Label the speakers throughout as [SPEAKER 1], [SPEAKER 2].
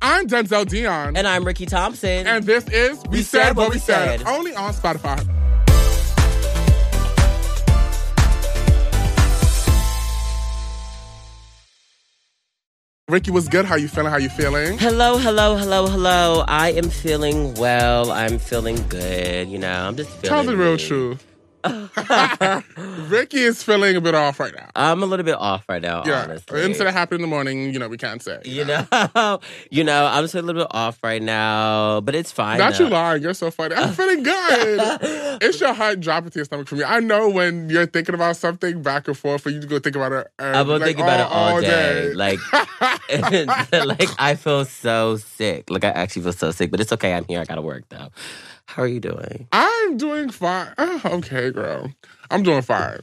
[SPEAKER 1] I'm Denzel Dion.
[SPEAKER 2] And I'm Ricky Thompson.
[SPEAKER 1] And this is We, Said, What We said. only on Spotify. Ricky, was good? How you feeling? How you feeling?
[SPEAKER 2] Hello, hello, hello, hello. I am feeling well. I'm feeling good. You know, I'm just feeling.
[SPEAKER 1] Tell the real
[SPEAKER 2] me.
[SPEAKER 1] truth. Ricky is feeling a bit off right now.
[SPEAKER 2] I'm a little bit off right now,
[SPEAKER 1] Yeah,
[SPEAKER 2] honestly.
[SPEAKER 1] incident happened in the morning. You know, we can't say.
[SPEAKER 2] you know, you know, I'm just a little bit off right now, but it's fine.
[SPEAKER 1] Not
[SPEAKER 2] though.
[SPEAKER 1] you lying. You're so funny. I'm feeling good. it's your heart dropping to your stomach for me. I know when you're thinking about something back and forth, for you to go think about it. uh,
[SPEAKER 2] I've been
[SPEAKER 1] like,
[SPEAKER 2] thinking about it all, day. Like, like I feel so sick. Like I actually feel so sick, but it's okay. I'm here. I gotta work though. How are you doing?
[SPEAKER 1] I'm doing fine. Oh, okay, girl. I'm doing fine.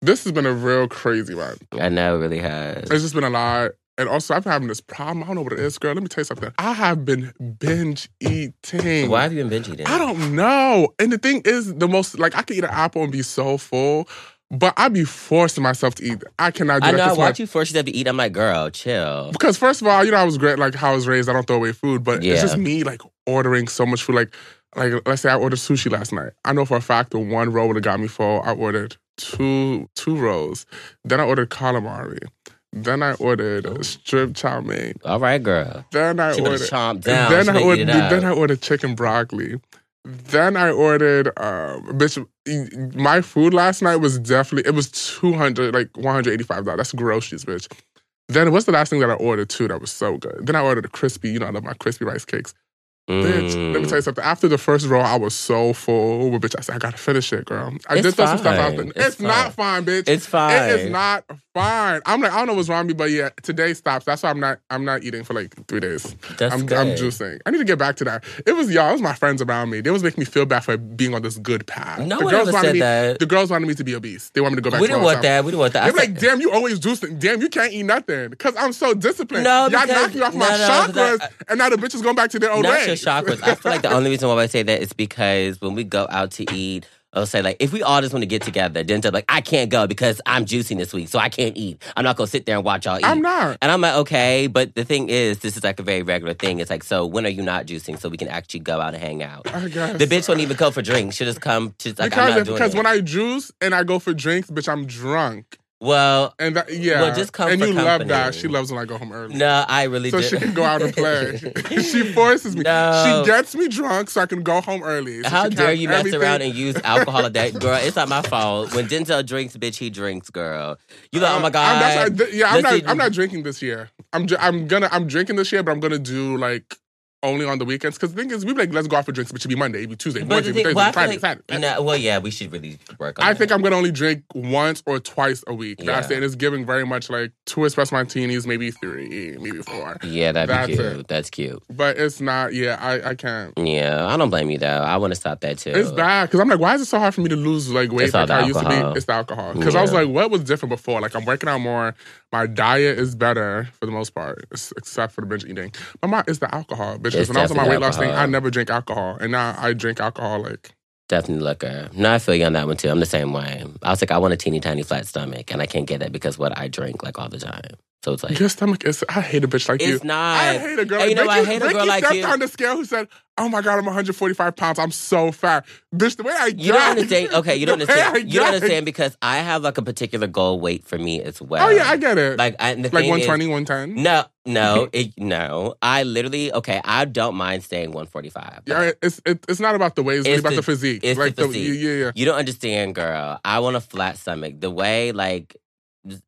[SPEAKER 1] This has been a real crazy one.
[SPEAKER 2] I know it really has.
[SPEAKER 1] It's just been a lot. And also, I've been having this problem. I don't know what it is, girl. Let me tell you something. I have been binge eating.
[SPEAKER 2] Why have you been binge eating?
[SPEAKER 1] I don't know. And the thing is, the most like I could eat an apple and be so full, but I'd be forcing myself to eat. I cannot do
[SPEAKER 2] I
[SPEAKER 1] that.
[SPEAKER 2] know. I
[SPEAKER 1] That's why-
[SPEAKER 2] watch you force yourself to eat. I'm like, girl, chill.
[SPEAKER 1] Because first of all, you know, I was great like how I was raised. I don't throw away food, but
[SPEAKER 2] Yeah.
[SPEAKER 1] it's just me like ordering so much food. Like, like let's say I ordered sushi last night. I know for a fact the one roll would have got me full. I ordered two two rolls. Then I ordered calamari. Then I ordered strip chow mein.
[SPEAKER 2] All right, girl.
[SPEAKER 1] Then I
[SPEAKER 2] Oh. She would
[SPEAKER 1] ordered.
[SPEAKER 2] have chomped down.
[SPEAKER 1] then
[SPEAKER 2] She
[SPEAKER 1] I
[SPEAKER 2] would've
[SPEAKER 1] ordered.
[SPEAKER 2] eaten it
[SPEAKER 1] Then I
[SPEAKER 2] up.
[SPEAKER 1] ordered chicken broccoli. Then I ordered. Um, bitch, my food last night was definitely it was two hundred like one hundred eighty five dollars. That's groceries, bitch. Then what's the last thing that I ordered too that was so good? Then I ordered a crispy. You know I love my crispy rice cakes. Bitch, let me
[SPEAKER 2] Mm.
[SPEAKER 1] tell you something. After the first roll, I was so full. But bitch, I said I gotta finish it, girl. I
[SPEAKER 2] It's
[SPEAKER 1] did throw some stuff out there.
[SPEAKER 2] fine.
[SPEAKER 1] It's,
[SPEAKER 2] It's
[SPEAKER 1] not fine, bitch.
[SPEAKER 2] It's fine.
[SPEAKER 1] It is not fine. I'm like I don't know what's wrong with me, but yeah, today stops. That's why I'm not I'm not eating for like three days.
[SPEAKER 2] That's
[SPEAKER 1] I'm,
[SPEAKER 2] good.
[SPEAKER 1] I'm juicing. I need to get back to that. It was y'all. It was my friends around me. They was making me feel bad for being on this good path.
[SPEAKER 2] No
[SPEAKER 1] the
[SPEAKER 2] one
[SPEAKER 1] girls
[SPEAKER 2] ever
[SPEAKER 1] wanted
[SPEAKER 2] said
[SPEAKER 1] me,
[SPEAKER 2] that.
[SPEAKER 1] The girls wanted me to be obese. They wanted me to go back.
[SPEAKER 2] We
[SPEAKER 1] to
[SPEAKER 2] didn't
[SPEAKER 1] all
[SPEAKER 2] want
[SPEAKER 1] stuff.
[SPEAKER 2] that. We didn't want that. I
[SPEAKER 1] They're like,
[SPEAKER 2] said-
[SPEAKER 1] damn, you always juicing. Damn, you can't eat nothing. Because I'm so disciplined.
[SPEAKER 2] No,
[SPEAKER 1] Y'all
[SPEAKER 2] because-
[SPEAKER 1] knocking off my
[SPEAKER 2] no, no,
[SPEAKER 1] chakras,
[SPEAKER 2] because I-
[SPEAKER 1] and now the bitches going back to their old
[SPEAKER 2] Not
[SPEAKER 1] way.
[SPEAKER 2] your chakras. I feel like the only reason why I say that is because when we go out to eat, I'll say like, if we all just want to get together, then they're like, I can't go because I'm juicing this week, so I can't eat. I'm not gonna sit there and watch y'all eat.
[SPEAKER 1] I'm not.
[SPEAKER 2] And I'm like, okay, but the thing is, this is like a very regular thing. It's like, so when are you not juicing so we can actually go out and hang out?
[SPEAKER 1] I guess.
[SPEAKER 2] The bitch won't even go for drinks. She'll just come. She's like, I'm
[SPEAKER 1] because
[SPEAKER 2] not doing
[SPEAKER 1] because
[SPEAKER 2] it.
[SPEAKER 1] when I juice and I go for drinks, bitch, I'm drunk.
[SPEAKER 2] well,
[SPEAKER 1] And that, yeah.
[SPEAKER 2] Well, just come
[SPEAKER 1] And
[SPEAKER 2] for
[SPEAKER 1] you love that.
[SPEAKER 2] company.
[SPEAKER 1] She loves when I go home early.
[SPEAKER 2] no, I really
[SPEAKER 1] so
[SPEAKER 2] did.
[SPEAKER 1] she can go out and play. she forces me.
[SPEAKER 2] No.
[SPEAKER 1] She gets me drunk so I can go home early. So
[SPEAKER 2] How
[SPEAKER 1] she
[SPEAKER 2] dare
[SPEAKER 1] counts
[SPEAKER 2] you mess
[SPEAKER 1] everything.
[SPEAKER 2] around and use alcohol at that girl? It's not my fault. When Denzel drinks, bitch, he drinks, girl. You like, oh my god.
[SPEAKER 1] Uh, I'm, that's, I, th- yeah, I'm
[SPEAKER 2] Let's
[SPEAKER 1] not.
[SPEAKER 2] eat-
[SPEAKER 1] I'm not drinking this year. I'm. Ju- I'm gonna. I'm drinking this year, but I'm gonna do like only on the weekends. Because the thing is, we be like, let's go out for drinks, but it should be Monday, it'd be Tuesday,
[SPEAKER 2] But
[SPEAKER 1] Wednesday,
[SPEAKER 2] the
[SPEAKER 1] it'd be Thursday,
[SPEAKER 2] thing, well, I feel
[SPEAKER 1] Friday,
[SPEAKER 2] like,
[SPEAKER 1] Saturday.
[SPEAKER 2] no, well, yeah, we should really work on.
[SPEAKER 1] I
[SPEAKER 2] that.
[SPEAKER 1] think I'm gonna only drink once or twice a week. That's
[SPEAKER 2] Yeah.
[SPEAKER 1] it. And it's giving very much like two espresso martinis, maybe three, maybe four.
[SPEAKER 2] Yeah, that'd
[SPEAKER 1] That's
[SPEAKER 2] be cute.
[SPEAKER 1] it.
[SPEAKER 2] That's cute.
[SPEAKER 1] But it's not. Yeah, I. I can't.
[SPEAKER 2] Yeah, I don't blame you though. I want to stop that too.
[SPEAKER 1] It's bad because I'm like, why is it so hard for me to lose like weight
[SPEAKER 2] It's all
[SPEAKER 1] like
[SPEAKER 2] the
[SPEAKER 1] I used to
[SPEAKER 2] alcohol.
[SPEAKER 1] be? It's the alcohol. Because I was
[SPEAKER 2] Yeah.
[SPEAKER 1] like, what was different before? Like I'm working out more. My diet is better for the most part, s- except for the binge eating. But my it's the alcohol, bitch. Because
[SPEAKER 2] It's
[SPEAKER 1] when I was on my weight
[SPEAKER 2] definitely
[SPEAKER 1] loss thing, I
[SPEAKER 2] alcohol.
[SPEAKER 1] never drink alcohol, and now I drink alcohol. Like
[SPEAKER 2] Definitely liquor. No, I feel you on that one too. I'm the same way. I was like, I want a teeny tiny flat stomach, and I can't get that because what I drink like all the time. So it's like,
[SPEAKER 1] your stomach is. I hate a bitch like you.
[SPEAKER 2] it's not.
[SPEAKER 1] I hate a girl. like
[SPEAKER 2] And you know,
[SPEAKER 1] Ricky,
[SPEAKER 2] I hate a
[SPEAKER 1] Ricky
[SPEAKER 2] girl like
[SPEAKER 1] stepped
[SPEAKER 2] you.
[SPEAKER 1] on the scale who said, "Oh my god, I'm 145 pounds. I'm so fat, bitch." The way I
[SPEAKER 2] You don't
[SPEAKER 1] got-
[SPEAKER 2] understand. Okay, you don't
[SPEAKER 1] the way I
[SPEAKER 2] understand. You don't
[SPEAKER 1] got-
[SPEAKER 2] understand because I have like a particular goal weight for me as well.
[SPEAKER 1] Oh yeah, I get it. Like,
[SPEAKER 2] like I, and the
[SPEAKER 1] like
[SPEAKER 2] thing is-
[SPEAKER 1] 120, 110.
[SPEAKER 2] no, no, it, no. I literally okay. I don't mind staying 145.
[SPEAKER 1] Yeah, it's it, it's not about the weight. It's, really
[SPEAKER 2] It's
[SPEAKER 1] about the,
[SPEAKER 2] the-
[SPEAKER 1] physique.
[SPEAKER 2] it's the
[SPEAKER 1] like
[SPEAKER 2] physique.
[SPEAKER 1] yeah, yeah, yeah.
[SPEAKER 2] You don't understand, girl. I want a flat stomach. The way like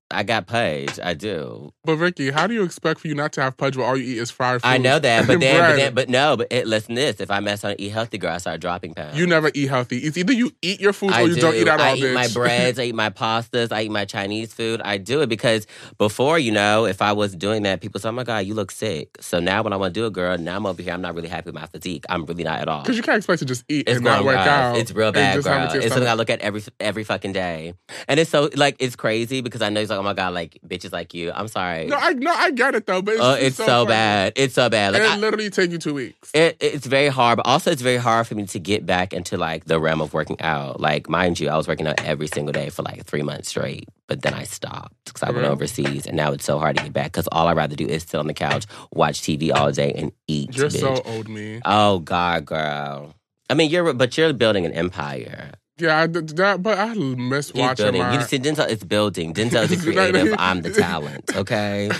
[SPEAKER 2] I got pudge, I do.
[SPEAKER 1] But Ricky, how do you expect for you not to have pudge where all you eat is fried food?
[SPEAKER 2] I know that, but
[SPEAKER 1] and
[SPEAKER 2] then, but,
[SPEAKER 1] bread?
[SPEAKER 2] then but no, but it, listen to this. If I mess on eat healthy, girl, I start dropping pounds.
[SPEAKER 1] you never eat healthy. It's either you eat your food
[SPEAKER 2] I
[SPEAKER 1] or you
[SPEAKER 2] do.
[SPEAKER 1] not eat at all.
[SPEAKER 2] I eat my
[SPEAKER 1] bitch.
[SPEAKER 2] breads. I eat my pastas. I eat my Chinese food. I do it because before, you know, if I was doing that, people say, "Oh my god, you look sick." So now, when I want to do it, girl, now I'm over here. I'm not really happy with my physique. I'm really not at all.
[SPEAKER 1] Cause you can't expect to just eat
[SPEAKER 2] It's
[SPEAKER 1] and not
[SPEAKER 2] grown,
[SPEAKER 1] work
[SPEAKER 2] girl.
[SPEAKER 1] out.
[SPEAKER 2] It's real
[SPEAKER 1] and
[SPEAKER 2] bad,
[SPEAKER 1] just
[SPEAKER 2] girl.
[SPEAKER 1] have it
[SPEAKER 2] It's
[SPEAKER 1] to your
[SPEAKER 2] something I
[SPEAKER 1] stomach.
[SPEAKER 2] look at every every fucking day, and it's so like it's crazy because I know it's like, oh my god, like bitches like you. I'm sorry.
[SPEAKER 1] No, I no, I get it though, but it's,
[SPEAKER 2] oh,
[SPEAKER 1] just
[SPEAKER 2] it's so,
[SPEAKER 1] funny.
[SPEAKER 2] bad. It's so bad. Like
[SPEAKER 1] and
[SPEAKER 2] I-
[SPEAKER 1] it literally take you two weeks.
[SPEAKER 2] it, it's very hard, but also it's very hard for me to get back into like the realm of working out. Like, mind you, I was working out every single day for like three months straight, but then I stopped because I went
[SPEAKER 1] Mhm.
[SPEAKER 2] overseas, and now it's so hard to get back because all I'd rather do is sit on the couch, watch TV all day, and eat.
[SPEAKER 1] You're
[SPEAKER 2] bitch.
[SPEAKER 1] so old, me.
[SPEAKER 2] oh God, girl. I mean, you're but you're building an empire.
[SPEAKER 1] Yeah, I did that, but I miss
[SPEAKER 2] He's
[SPEAKER 1] watching
[SPEAKER 2] building.
[SPEAKER 1] my.
[SPEAKER 2] You see, Denzel is building. Denzel's the
[SPEAKER 1] No, no,
[SPEAKER 2] creative.
[SPEAKER 1] he-
[SPEAKER 2] I'm the talent. Okay,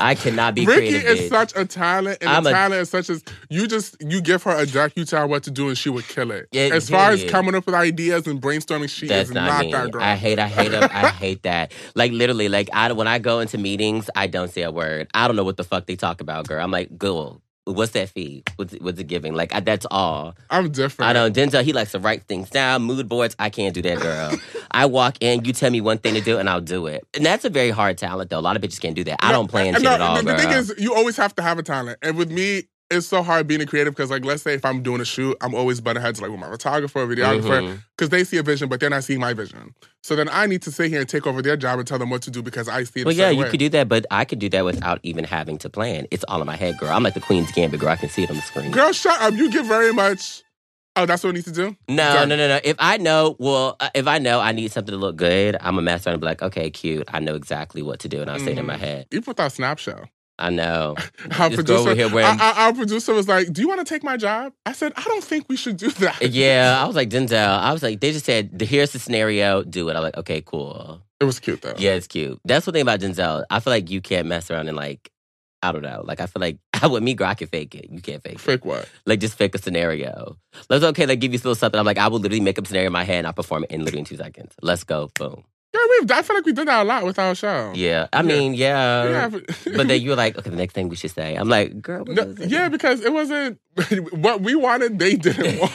[SPEAKER 2] I cannot be
[SPEAKER 1] Ricky
[SPEAKER 2] creative.
[SPEAKER 1] is
[SPEAKER 2] bitch.
[SPEAKER 1] such a talent, and
[SPEAKER 2] I'm
[SPEAKER 1] the
[SPEAKER 2] a-
[SPEAKER 1] talent is such as you just you give her a deck, you tell her what to do, and she would kill it.
[SPEAKER 2] Yeah,
[SPEAKER 1] as far as
[SPEAKER 2] period.
[SPEAKER 1] coming up with ideas and brainstorming, she
[SPEAKER 2] That's
[SPEAKER 1] is
[SPEAKER 2] not,
[SPEAKER 1] not
[SPEAKER 2] me.
[SPEAKER 1] that girl.
[SPEAKER 2] I hate. I hate. Them. I hate that. Like literally. Like I when I go into meetings, I don't say a word. I don't know what the fuck they talk about, girl. I'm like, girl, what's that fee? What's it, what's it giving? Like I, that's all.
[SPEAKER 1] I'm different.
[SPEAKER 2] I don't. Denzel, he likes to write things down, mood boards. I can't do that, girl. I walk in, you tell me one thing to do, and I'll do it. And that's a very hard talent, though. A lot of bitches can't do that. I
[SPEAKER 1] No,
[SPEAKER 2] don't plan
[SPEAKER 1] and
[SPEAKER 2] shit
[SPEAKER 1] no,
[SPEAKER 2] at all,
[SPEAKER 1] the, the
[SPEAKER 2] girl.
[SPEAKER 1] thing is, you always have to have a talent, and with me. It's so hard being a creative because, like, let's say if I'm doing a shoot, I'm always butting heads like with my photographer, videographer,
[SPEAKER 2] Mhm.
[SPEAKER 1] because they see a vision, but they're not seeing my vision. So then I need to sit here and take over their job and tell them what to do because I see it. a
[SPEAKER 2] Well, yeah,
[SPEAKER 1] certain
[SPEAKER 2] you
[SPEAKER 1] way.
[SPEAKER 2] could do that, but I could do that without even having to plan. It's all in my head, girl. I'm like the Queen's Gambit, girl. I can see it on the screen.
[SPEAKER 1] Girl, shut up. You give very much. Oh, that's what we need to do?
[SPEAKER 2] No,
[SPEAKER 1] Done.
[SPEAKER 2] no, no, no. If I know, well, uh, if I know I need something to look good, I'm a master and be like, okay, cute. I know exactly what to do, and I'll say it in my
[SPEAKER 1] Mhm.
[SPEAKER 2] head.
[SPEAKER 1] Even without Snapchat.
[SPEAKER 2] I know.
[SPEAKER 1] Our
[SPEAKER 2] Just go over
[SPEAKER 1] producer,
[SPEAKER 2] here
[SPEAKER 1] our,
[SPEAKER 2] wearing.
[SPEAKER 1] our- our producer was like, Do you want to take my job? I said, I don't think we should do that.
[SPEAKER 2] yeah, I was like Denzel. I was like, they just said, here's the scenario, do it. I'm like, okay, cool.
[SPEAKER 1] It was cute, though.
[SPEAKER 2] Yeah, it's cute. That's one thing about Denzel. I feel like you can't mess around and like, I don't know. Like, I feel like with me, girl, I can fake it. You can't fake it.
[SPEAKER 1] Fake what?
[SPEAKER 2] like just fake a scenario. Let's okay, like give you a little something. I'm like, I will literally make up a scenario in my head and I perform it in literally in two seconds. Let's go, boom.
[SPEAKER 1] Yeah, we've, I feel like we did that a lot with our show.
[SPEAKER 2] Yeah, I
[SPEAKER 1] Yeah.
[SPEAKER 2] mean, yeah.
[SPEAKER 1] Yeah, but-
[SPEAKER 2] But then you're like, okay, the next thing we should say. I'm like, girl, what
[SPEAKER 1] No,
[SPEAKER 2] is it?
[SPEAKER 1] yeah, because it wasn't what we wanted, they didn't want.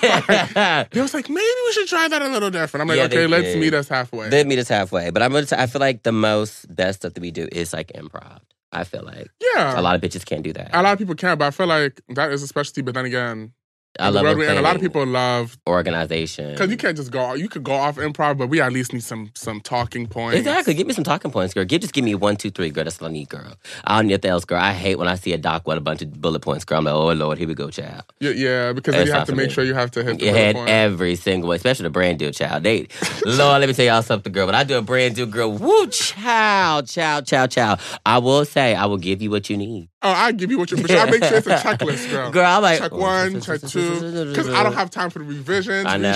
[SPEAKER 1] they was like, maybe we should try that a little different. I'm like,
[SPEAKER 2] Yeah, they
[SPEAKER 1] okay, let's
[SPEAKER 2] did.
[SPEAKER 1] meet us halfway.
[SPEAKER 2] Then meet us halfway. But I'm gonna. T- I feel like the most best stuff that we do is like improv. I feel like
[SPEAKER 1] yeah.
[SPEAKER 2] a lot of bitches can't do that.
[SPEAKER 1] a lot of people can, but I feel like that is a specialty. But then again,
[SPEAKER 2] I
[SPEAKER 1] the
[SPEAKER 2] love
[SPEAKER 1] Broadway, and a lot of
[SPEAKER 2] planning,
[SPEAKER 1] people love
[SPEAKER 2] organization.
[SPEAKER 1] Because you can't just go. You could go off improv, but we at least need some some talking points.
[SPEAKER 2] Exactly. Give me some talking points, girl. Give just give me one, two, three, girl. That's what I need, girl. I don't need nothing else, girl. I hate when I see a doc with a bunch of bullet points, girl. I'm like, oh lord, here we go, child.
[SPEAKER 1] Yeah, yeah because then
[SPEAKER 2] That's
[SPEAKER 1] you
[SPEAKER 2] not
[SPEAKER 1] have to
[SPEAKER 2] for
[SPEAKER 1] make
[SPEAKER 2] me.
[SPEAKER 1] sure you have to hit the
[SPEAKER 2] You had
[SPEAKER 1] point.
[SPEAKER 2] every single, especially the brand new child. They, Lord, let me tell y'all something, girl. When I do a brand new girl, woo, child, child, child, child. I will say, I will give you what you need.
[SPEAKER 1] oh, I give you what you. but I make sure it's a checklist, girl.
[SPEAKER 2] Girl, I'm like
[SPEAKER 1] check one, check two. Because I don't have time for the revisions,
[SPEAKER 2] I know.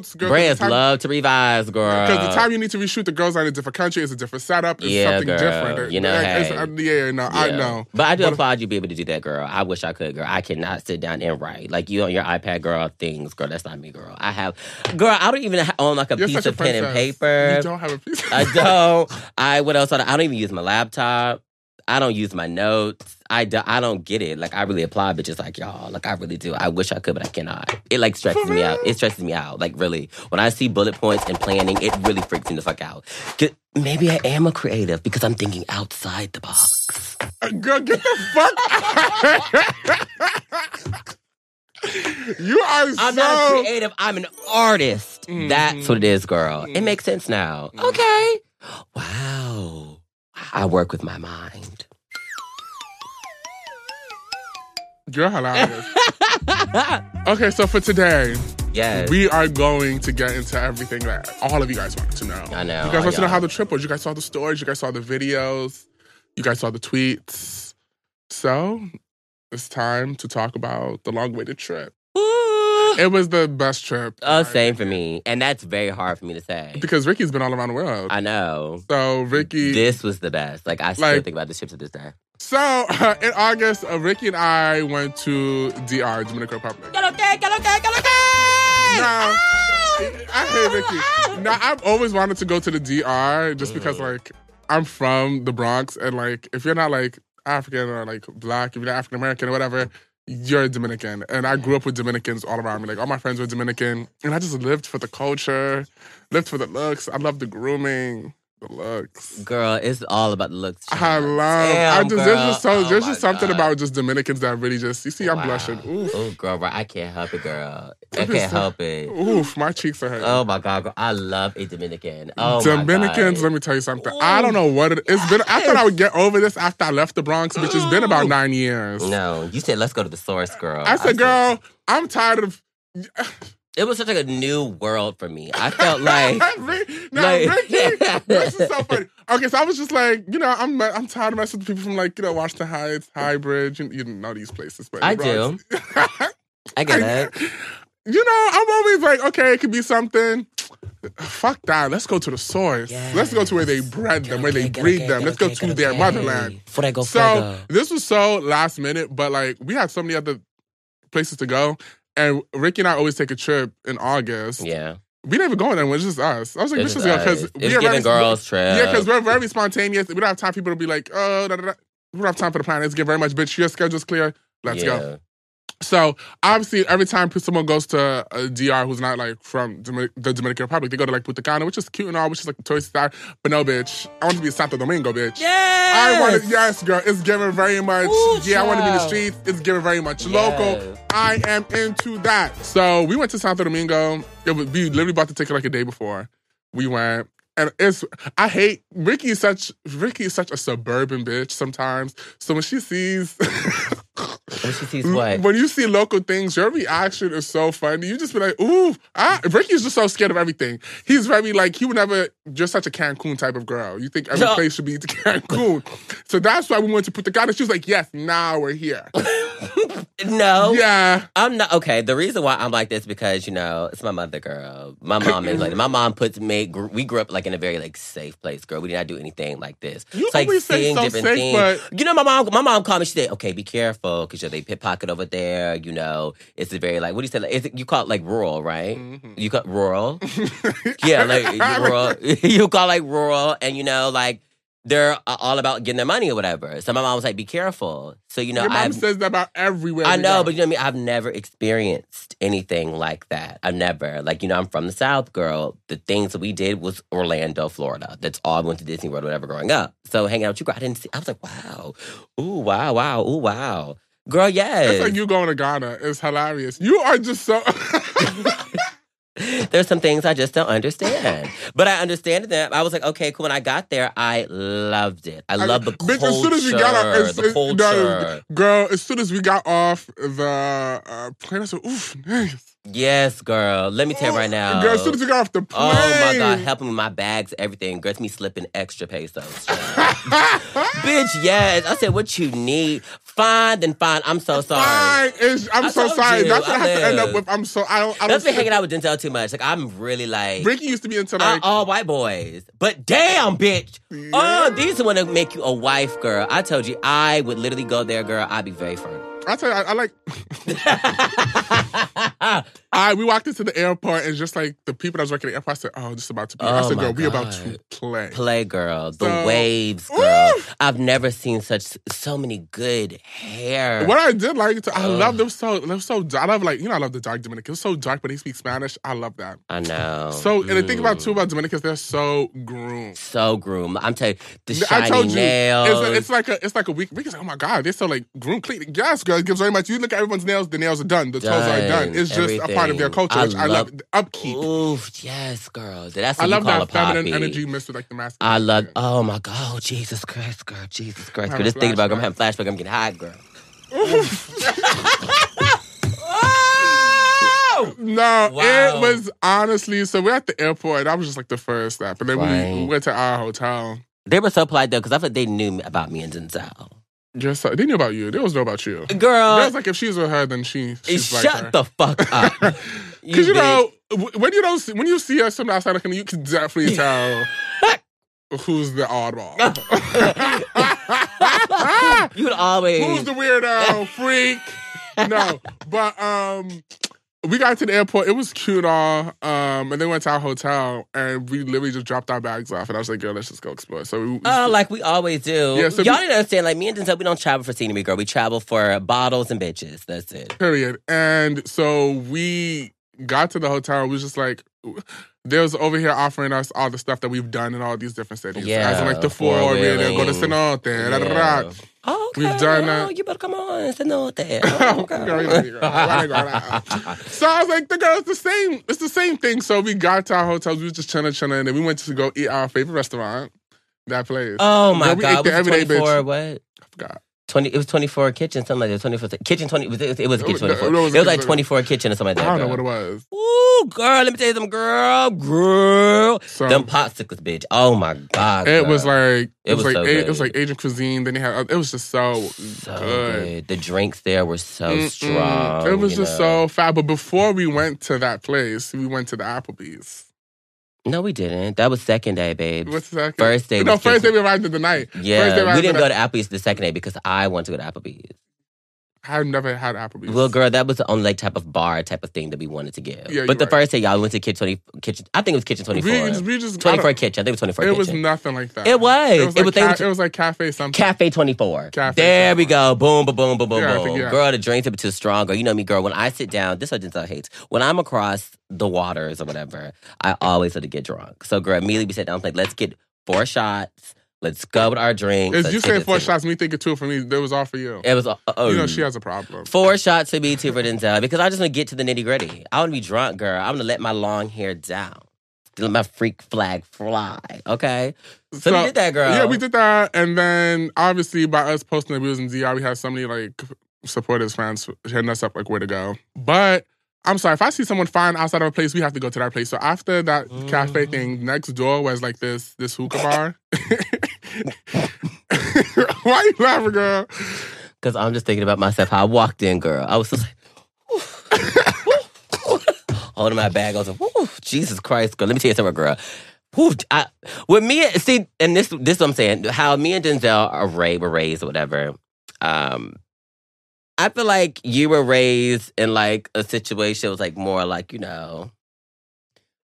[SPEAKER 1] reshoots. Girl, 'cause
[SPEAKER 2] Brands
[SPEAKER 1] the time,
[SPEAKER 2] love to revise, girl.
[SPEAKER 1] Because the time you need to reshoot the girls are in a different country, it's a different setup, it's
[SPEAKER 2] Yeah,
[SPEAKER 1] something
[SPEAKER 2] girl.
[SPEAKER 1] different.
[SPEAKER 2] You know,
[SPEAKER 1] Like, it's-
[SPEAKER 2] hey.
[SPEAKER 1] uh, yeah, no, I
[SPEAKER 2] Yeah.
[SPEAKER 1] know.
[SPEAKER 2] But I do
[SPEAKER 1] But- uh,
[SPEAKER 2] applaud you be able to do that, girl. I wish I could, girl. I cannot sit down and write. Like you on your iPad, girl, things, girl. That's not me, girl. I have, girl, I don't even ha- own like a
[SPEAKER 1] You're
[SPEAKER 2] piece
[SPEAKER 1] such a
[SPEAKER 2] of pen and
[SPEAKER 1] princess.
[SPEAKER 2] paper.
[SPEAKER 1] You don't have a piece.
[SPEAKER 2] I don't. I, what else? I don't, I don't even use my laptop. I don't use my notes. I, do, I don't get it. Like, I really applaud bitches like y'all. Like, I really do. I wish I could, but I cannot. It, like, stresses me out. It stresses me out. Like, really. When I see bullet points and planning, it really freaks me the fuck out. 'Cause Maybe I am a creative because I'm thinking outside the box.
[SPEAKER 1] Girl, get the fuck out. You are so.
[SPEAKER 2] I'm not a creative. I'm an artist.
[SPEAKER 1] Mhm.
[SPEAKER 2] That's what it is, girl. It
[SPEAKER 1] Mhm.
[SPEAKER 2] makes sense now.
[SPEAKER 1] Mhm.
[SPEAKER 2] Okay. Wow. I work with my mind.
[SPEAKER 1] You're hilarious. okay, so for today,
[SPEAKER 2] yes.
[SPEAKER 1] we are going to get into everything that all of you guys wanted to know.
[SPEAKER 2] I know.
[SPEAKER 1] You guys want to know
[SPEAKER 2] y'all.
[SPEAKER 1] how the trip was. You guys saw the stories. You guys saw the videos. You guys saw the tweets. So it's time to talk about the long-awaited trip.
[SPEAKER 2] Ooh.
[SPEAKER 1] It was the best trip.
[SPEAKER 2] Oh,
[SPEAKER 1] Like,
[SPEAKER 2] same for me. And that's very hard for me to say.
[SPEAKER 1] Because Ricky's been all around the world.
[SPEAKER 2] I know.
[SPEAKER 1] so Ricky.
[SPEAKER 2] This was the best. Like, I still
[SPEAKER 1] Like-
[SPEAKER 2] think about this shit to this day.
[SPEAKER 1] So in August, uh, Ricky and I went to DR, Dominican Republic. No, I hate Ricky. No, I've always wanted to go to the DR just because,
[SPEAKER 2] Mm.
[SPEAKER 1] like, I'm from the Bronx, and like, if you're not like African or like black, if you're not African American or whatever, you're Dominican. And I grew up with Dominicans all around me. Like, all my friends were Dominican, and I just lived for the culture, lived for the looks. I loved the grooming. the looks.
[SPEAKER 2] Girl, it's all about the looks.
[SPEAKER 1] I
[SPEAKER 2] child.
[SPEAKER 1] love. I
[SPEAKER 2] Damn,
[SPEAKER 1] just there's
[SPEAKER 2] girl.
[SPEAKER 1] just so
[SPEAKER 2] Oh
[SPEAKER 1] there's
[SPEAKER 2] my
[SPEAKER 1] just something
[SPEAKER 2] God.
[SPEAKER 1] about just Dominicans that really just you see I'm
[SPEAKER 2] Wow.
[SPEAKER 1] blushing. Oof,
[SPEAKER 2] Oh, girl, right. I can't help it, girl. I
[SPEAKER 1] That is
[SPEAKER 2] can't
[SPEAKER 1] so-
[SPEAKER 2] help it.
[SPEAKER 1] oof, my cheeks are hurting.
[SPEAKER 2] Oh my god, girl, I love a Dominican. Oh
[SPEAKER 1] Dominicans, let
[SPEAKER 2] my god.
[SPEAKER 1] me tell you something. I don't know what it, it's been. I thought I would get over this after I left the Bronx, which has been about nine years.
[SPEAKER 2] No, you said let's go to the source, girl.
[SPEAKER 1] I said, girl, I'm tired of.
[SPEAKER 2] it was such like a new world for me. I felt like
[SPEAKER 1] Rick- no,
[SPEAKER 2] like-
[SPEAKER 1] Ricky, this is so funny. Okay, so I was just like, you know, I'm I'm tired of messing with people from like you know Washington Heights, High Bridge, and you know these places. But
[SPEAKER 2] I
[SPEAKER 1] Bronx.
[SPEAKER 2] I get it.
[SPEAKER 1] you know, I'm always like, okay, it could be something. Fuck that. Let's go to the source. Let's go to where they bred them, where they breed them. Let's go to their motherland.
[SPEAKER 2] Before I go
[SPEAKER 1] So this was so last minute, but like we had so many other places to go. And Ricky and I always take a trip in August.
[SPEAKER 2] yeah,
[SPEAKER 1] We didn't even go in anywhere, it's just us. I was like,
[SPEAKER 2] this
[SPEAKER 1] this is
[SPEAKER 2] is us.
[SPEAKER 1] because
[SPEAKER 2] it's giving girls trip.
[SPEAKER 1] yeah, because we're very spontaneous. We don't have time for people to be like, oh, da, da, da. we don't have time for the plan. Let's get very much, bitch. Your schedule's clear. Let's go. So obviously, every time someone goes to a DR who's not like from Domin- the Dominican Republic, they go to like Putacana, which is cute and all, which is like the tourist star. But no, bitch, I want to be Santo Domingo, bitch.
[SPEAKER 2] Yes,
[SPEAKER 1] I want to, yes, girl. It's giving very much.
[SPEAKER 2] Ooh,
[SPEAKER 1] yeah, I want to be in the
[SPEAKER 2] child.
[SPEAKER 1] streets. It's giving very much
[SPEAKER 2] Yes.
[SPEAKER 1] local. I am into that. So we went to Santo Domingo. It would be literally about to take it like a day before. We went. And it's I hate Ricky is such Ricky is such a suburban bitch sometimes. So when she sees
[SPEAKER 2] When she sees what?
[SPEAKER 1] Mm, when you see local things, your reaction is so funny. You just be like, ooh, ah. Ricky's just so scared of everything. He's very like, he would never, you're such a Cancun type of girl. You think every
[SPEAKER 2] No.
[SPEAKER 1] place should be to Cancun. so that's why we went to put the guy, she was like, yes, now we're here.
[SPEAKER 2] no.
[SPEAKER 1] yeah.
[SPEAKER 2] I'm not okay. The reason why I'm like this because you know it's my mother, girl. My mom is like my mom puts me. gr- We grew up like in a very like safe place, girl. We did not do anything like this.
[SPEAKER 1] You
[SPEAKER 2] It's like
[SPEAKER 1] always say so safe,
[SPEAKER 2] you know, my mom. My mom called me. She said, "Okay, be careful because you know, they pickpocket over there. You know, it's a very like what do you say? Like, is it, you call it like rural, right?
[SPEAKER 1] Mm. Mm-hmm.
[SPEAKER 2] You call rural. Yeah, like rural. you call like rural, and you know, like they're uh, all about getting their money or whatever. So my mom was like, "Be careful." So you know,
[SPEAKER 1] Your mom
[SPEAKER 2] I've
[SPEAKER 1] says that about everywhere.
[SPEAKER 2] I
[SPEAKER 1] we
[SPEAKER 2] know,
[SPEAKER 1] go.
[SPEAKER 2] but you know what I mean? I've never experienced anything like that. I've never. Like, you know, I'm from the South, girl. The things that we did was Orlando, Florida. That's all I went to Disney World, whatever, growing up. So hanging out with you, girl, I didn't see. I was like, wow. Ooh, wow, wow. Ooh, wow. Girl, yes.
[SPEAKER 1] It's like you going to Ghana. It's hilarious. You are just so.
[SPEAKER 2] There's some things I just don't understand. but I understand them. I was like, okay, cool. When I got there, I loved it. I, love the
[SPEAKER 1] Bitch,
[SPEAKER 2] culture.
[SPEAKER 1] as soon as we got off, as-
[SPEAKER 2] the
[SPEAKER 1] as- no,
[SPEAKER 2] culture.
[SPEAKER 1] girl, as soon as we got off the uh, plane, I said, oof, nice.
[SPEAKER 2] Yes, girl. Let me tell you right now.
[SPEAKER 1] Girl, as soon as we got off the plane.
[SPEAKER 2] Oh my god, helping with my bags, everything. Girl, it's me slipping extra pesos. Bitch, yes. I said, what you need? Fine, then fine. I'm so sorry.
[SPEAKER 1] Fine, it's- I'm
[SPEAKER 2] I
[SPEAKER 1] so
[SPEAKER 2] told
[SPEAKER 1] sorry.
[SPEAKER 2] you,
[SPEAKER 1] That's what I,
[SPEAKER 2] I
[SPEAKER 1] have to end
[SPEAKER 2] live.
[SPEAKER 1] up with. I'm so I don't. I
[SPEAKER 2] That's been
[SPEAKER 1] don't
[SPEAKER 2] hanging out with Denzel too much. Like I'm really like
[SPEAKER 1] Ricky used to be into
[SPEAKER 2] I-
[SPEAKER 1] like.
[SPEAKER 2] all white boys, but damn, bitch. Oh, these want to make you a wife, girl. I told you, I would literally go there, girl. I'd be very firm.
[SPEAKER 1] I tell you, I, I like. I we walked into the airport and just like the people that was working at the airport I said, "Oh, this is about to be." I
[SPEAKER 2] Oh
[SPEAKER 1] said,
[SPEAKER 2] my
[SPEAKER 1] "Girl, we about to
[SPEAKER 2] God.
[SPEAKER 1] play."
[SPEAKER 2] Play, girl. The
[SPEAKER 1] So-
[SPEAKER 2] waves, girl. I've never seen such so many good hair.
[SPEAKER 1] What I did like, to, I love them so. They're so. dark. I love like you know, I love the dark Dominican. It's so dark, but he speaks Spanish. I love that.
[SPEAKER 2] I know.
[SPEAKER 1] So and the thing about
[SPEAKER 2] Mm.
[SPEAKER 1] too about Dominicans, they're so groomed.
[SPEAKER 2] so groomed. I'm telling you, the shiny
[SPEAKER 1] I told you,
[SPEAKER 2] nails.
[SPEAKER 1] It's, it's like a it's like a week. Week is like, oh my god, they're so like groom clean. Yes, girl, it gives very much. You look at everyone's nails, the nails are done, the toes are
[SPEAKER 2] Done,
[SPEAKER 1] done. It's just a part of their
[SPEAKER 2] everything.
[SPEAKER 1] culture,
[SPEAKER 2] I
[SPEAKER 1] which I
[SPEAKER 2] love-
[SPEAKER 1] love. The upkeep.
[SPEAKER 2] Oof, yes, girl. That's what
[SPEAKER 1] I
[SPEAKER 2] you
[SPEAKER 1] love
[SPEAKER 2] call
[SPEAKER 1] that
[SPEAKER 2] a
[SPEAKER 1] feminine
[SPEAKER 2] poppy.
[SPEAKER 1] energy mixed with like the masculine.
[SPEAKER 2] I love. Oh my God, oh, Jesus Christ, girl, Jesus Christ, girl.
[SPEAKER 1] having
[SPEAKER 2] Just thinking about, girl, I'm
[SPEAKER 1] flashbacks.
[SPEAKER 2] having flashback. I'm getting hot, girl.
[SPEAKER 1] No,
[SPEAKER 2] Wow.
[SPEAKER 1] it was honestly. So we're at the airport. That was just like the first step, and then we
[SPEAKER 2] Right.
[SPEAKER 1] went to our hotel.
[SPEAKER 2] They were so polite though, because I felt they knew about me and Denzel.
[SPEAKER 1] Just so, they knew about you. They was know about you.
[SPEAKER 2] Girl,
[SPEAKER 1] That's like if she's with her, then she she's
[SPEAKER 2] Uh, eh, shut
[SPEAKER 1] like her.
[SPEAKER 2] the fuck up. you,
[SPEAKER 1] Because you,
[SPEAKER 2] bitch.
[SPEAKER 1] know w- when you don't see, when you see us from the outside looking, in, you can definitely tell who's the oddball,
[SPEAKER 2] you'd always.
[SPEAKER 1] who's the weirdo, freak. No, but um, we got to the airport. It was cute, and all. Um, and then went to our hotel, and we literally just dropped our bags off. And I was like, "Girl, let's just go explore." So we,
[SPEAKER 2] Oh, like we always do.
[SPEAKER 1] Yeah, so
[SPEAKER 2] Y'all
[SPEAKER 1] we-
[SPEAKER 2] need to understand, like me and Denzel, we don't travel for scenery, girl. We travel for bottles and bitches. That's it.
[SPEAKER 1] period. And so we got to the hotel. We was just like, they was over here offering us all the stuff that we've done in all these different cities.
[SPEAKER 2] Yeah,
[SPEAKER 1] As in like the four
[SPEAKER 2] four
[SPEAKER 1] oriented,
[SPEAKER 2] wheeling.
[SPEAKER 1] go to Cenote, da, da, da.
[SPEAKER 2] Oh, okay.
[SPEAKER 1] We've done
[SPEAKER 2] oh,
[SPEAKER 1] that.
[SPEAKER 2] You better come on. It's a note there.
[SPEAKER 1] Girl,
[SPEAKER 2] Oh,
[SPEAKER 1] you
[SPEAKER 2] okay.
[SPEAKER 1] know me, girl. Why they go out? So I was like, the girl, it's the same, it's the same thing. So we got to our hotels, we was just chilling, chilling, and then we went to go eat our favorite restaurant. That place.
[SPEAKER 2] Oh
[SPEAKER 1] Girl,
[SPEAKER 2] my
[SPEAKER 1] we ate
[SPEAKER 2] God!
[SPEAKER 1] the
[SPEAKER 2] Was it
[SPEAKER 1] everyday
[SPEAKER 2] twenty
[SPEAKER 1] bitch.
[SPEAKER 2] four? What?
[SPEAKER 1] I forgot.
[SPEAKER 2] Twenty? It was twenty four kitchen, something like that. Twenty four kitchen. Twenty? Was it, it was
[SPEAKER 1] No,
[SPEAKER 2] kitchen
[SPEAKER 1] no,
[SPEAKER 2] twenty four.
[SPEAKER 1] no,
[SPEAKER 2] it was like
[SPEAKER 1] kitchen.
[SPEAKER 2] twenty four kitchen or something like
[SPEAKER 1] I
[SPEAKER 2] that.
[SPEAKER 1] don't know
[SPEAKER 2] girl.
[SPEAKER 1] what it was.
[SPEAKER 2] Ooh, girl, let me tell you something, girl, girl.
[SPEAKER 1] So
[SPEAKER 2] Them popsicles, bitch. Oh my god.
[SPEAKER 1] it
[SPEAKER 2] girl.
[SPEAKER 1] was like it,
[SPEAKER 2] It
[SPEAKER 1] was,
[SPEAKER 2] was
[SPEAKER 1] like
[SPEAKER 2] so
[SPEAKER 1] a- it
[SPEAKER 2] good.
[SPEAKER 1] was like Asian cuisine. Then they had it was just so,
[SPEAKER 2] so
[SPEAKER 1] Oh, good.
[SPEAKER 2] good. The drinks there were so
[SPEAKER 1] Mm-mm.
[SPEAKER 2] strong.
[SPEAKER 1] It was
[SPEAKER 2] you
[SPEAKER 1] just
[SPEAKER 2] know.
[SPEAKER 1] so fab. But before we went to that place, we went to the Applebee's.
[SPEAKER 2] No, we didn't. That was second day, babe.
[SPEAKER 1] What's that?
[SPEAKER 2] First day
[SPEAKER 1] No,
[SPEAKER 2] was
[SPEAKER 1] first day
[SPEAKER 2] kitchen.
[SPEAKER 1] we arrived at the night. first day
[SPEAKER 2] Yeah,
[SPEAKER 1] I
[SPEAKER 2] we didn't
[SPEAKER 1] was
[SPEAKER 2] go to Applebee's the second day because I want to go to Applebee's.
[SPEAKER 1] I've never had Applebee's.
[SPEAKER 2] Well, girl, that was the only like type of bar type of thing that we wanted to give.
[SPEAKER 1] Yeah, you're
[SPEAKER 2] but the
[SPEAKER 1] right.
[SPEAKER 2] first day, y'all went to Kitchen Twenty Kitchen. I think it was Kitchen Twenty
[SPEAKER 1] we,
[SPEAKER 2] Four.
[SPEAKER 1] just- we just
[SPEAKER 2] Twenty
[SPEAKER 1] I
[SPEAKER 2] Four
[SPEAKER 1] don't-
[SPEAKER 2] Kitchen. I think it was Twenty Four
[SPEAKER 1] It was
[SPEAKER 2] Kitchen.
[SPEAKER 1] nothing like that.
[SPEAKER 2] It was.
[SPEAKER 1] It was like,
[SPEAKER 2] It was- they
[SPEAKER 1] ca-
[SPEAKER 2] were-
[SPEAKER 1] it was like cafe something.
[SPEAKER 2] Cafe 24.
[SPEAKER 1] Cafe
[SPEAKER 2] there
[SPEAKER 1] 24.
[SPEAKER 2] we go. Boom, boom, boom, boom, boom,
[SPEAKER 1] Yeah, I
[SPEAKER 2] boom.
[SPEAKER 1] think, yeah.
[SPEAKER 2] Girl, the drinks are too strong. Girl, you know me, girl. When I sit down, this is what Denzel hates. When I'm across the waters or whatever, I always have to get drunk. So, girl, immediately we sat down. I was like, let's get four shots. Let's go with our drinks.
[SPEAKER 1] As
[SPEAKER 2] Let's
[SPEAKER 1] you
[SPEAKER 2] get
[SPEAKER 1] said
[SPEAKER 2] it
[SPEAKER 1] four
[SPEAKER 2] to-
[SPEAKER 1] shots, me thinking two for me. That was all for you.
[SPEAKER 2] It was, uh, oh,
[SPEAKER 1] You know she has a problem.
[SPEAKER 2] four shots to be two for Denzel because I just want to get to the nitty gritty. I want to be drunk, girl. I want to let my long hair down. Let my freak flag fly. Okay. So, we did that, girl.
[SPEAKER 1] Yeah, we did that, and then obviously by us posting that we was in DR, we had so many like supportive fans hitting us up like where to go. But I'm sorry if I see someone fine outside of a place, we have to go to that place. So after that cafe
[SPEAKER 2] Mhm.
[SPEAKER 1] thing, next door was like this this hookah bar. Why you laughing, girl?
[SPEAKER 2] Because I'm just thinking about myself, how I walked in, girl. I was just like, holding my bag. I was like, Whew, Jesus Christ, girl. Let me tell you something, girl. Whew, I, with me, and- see, and this, this is what I'm saying, how me and Denzel are raised, were raised or whatever. Um, I feel like you were raised in like a situation that was like more like, you know,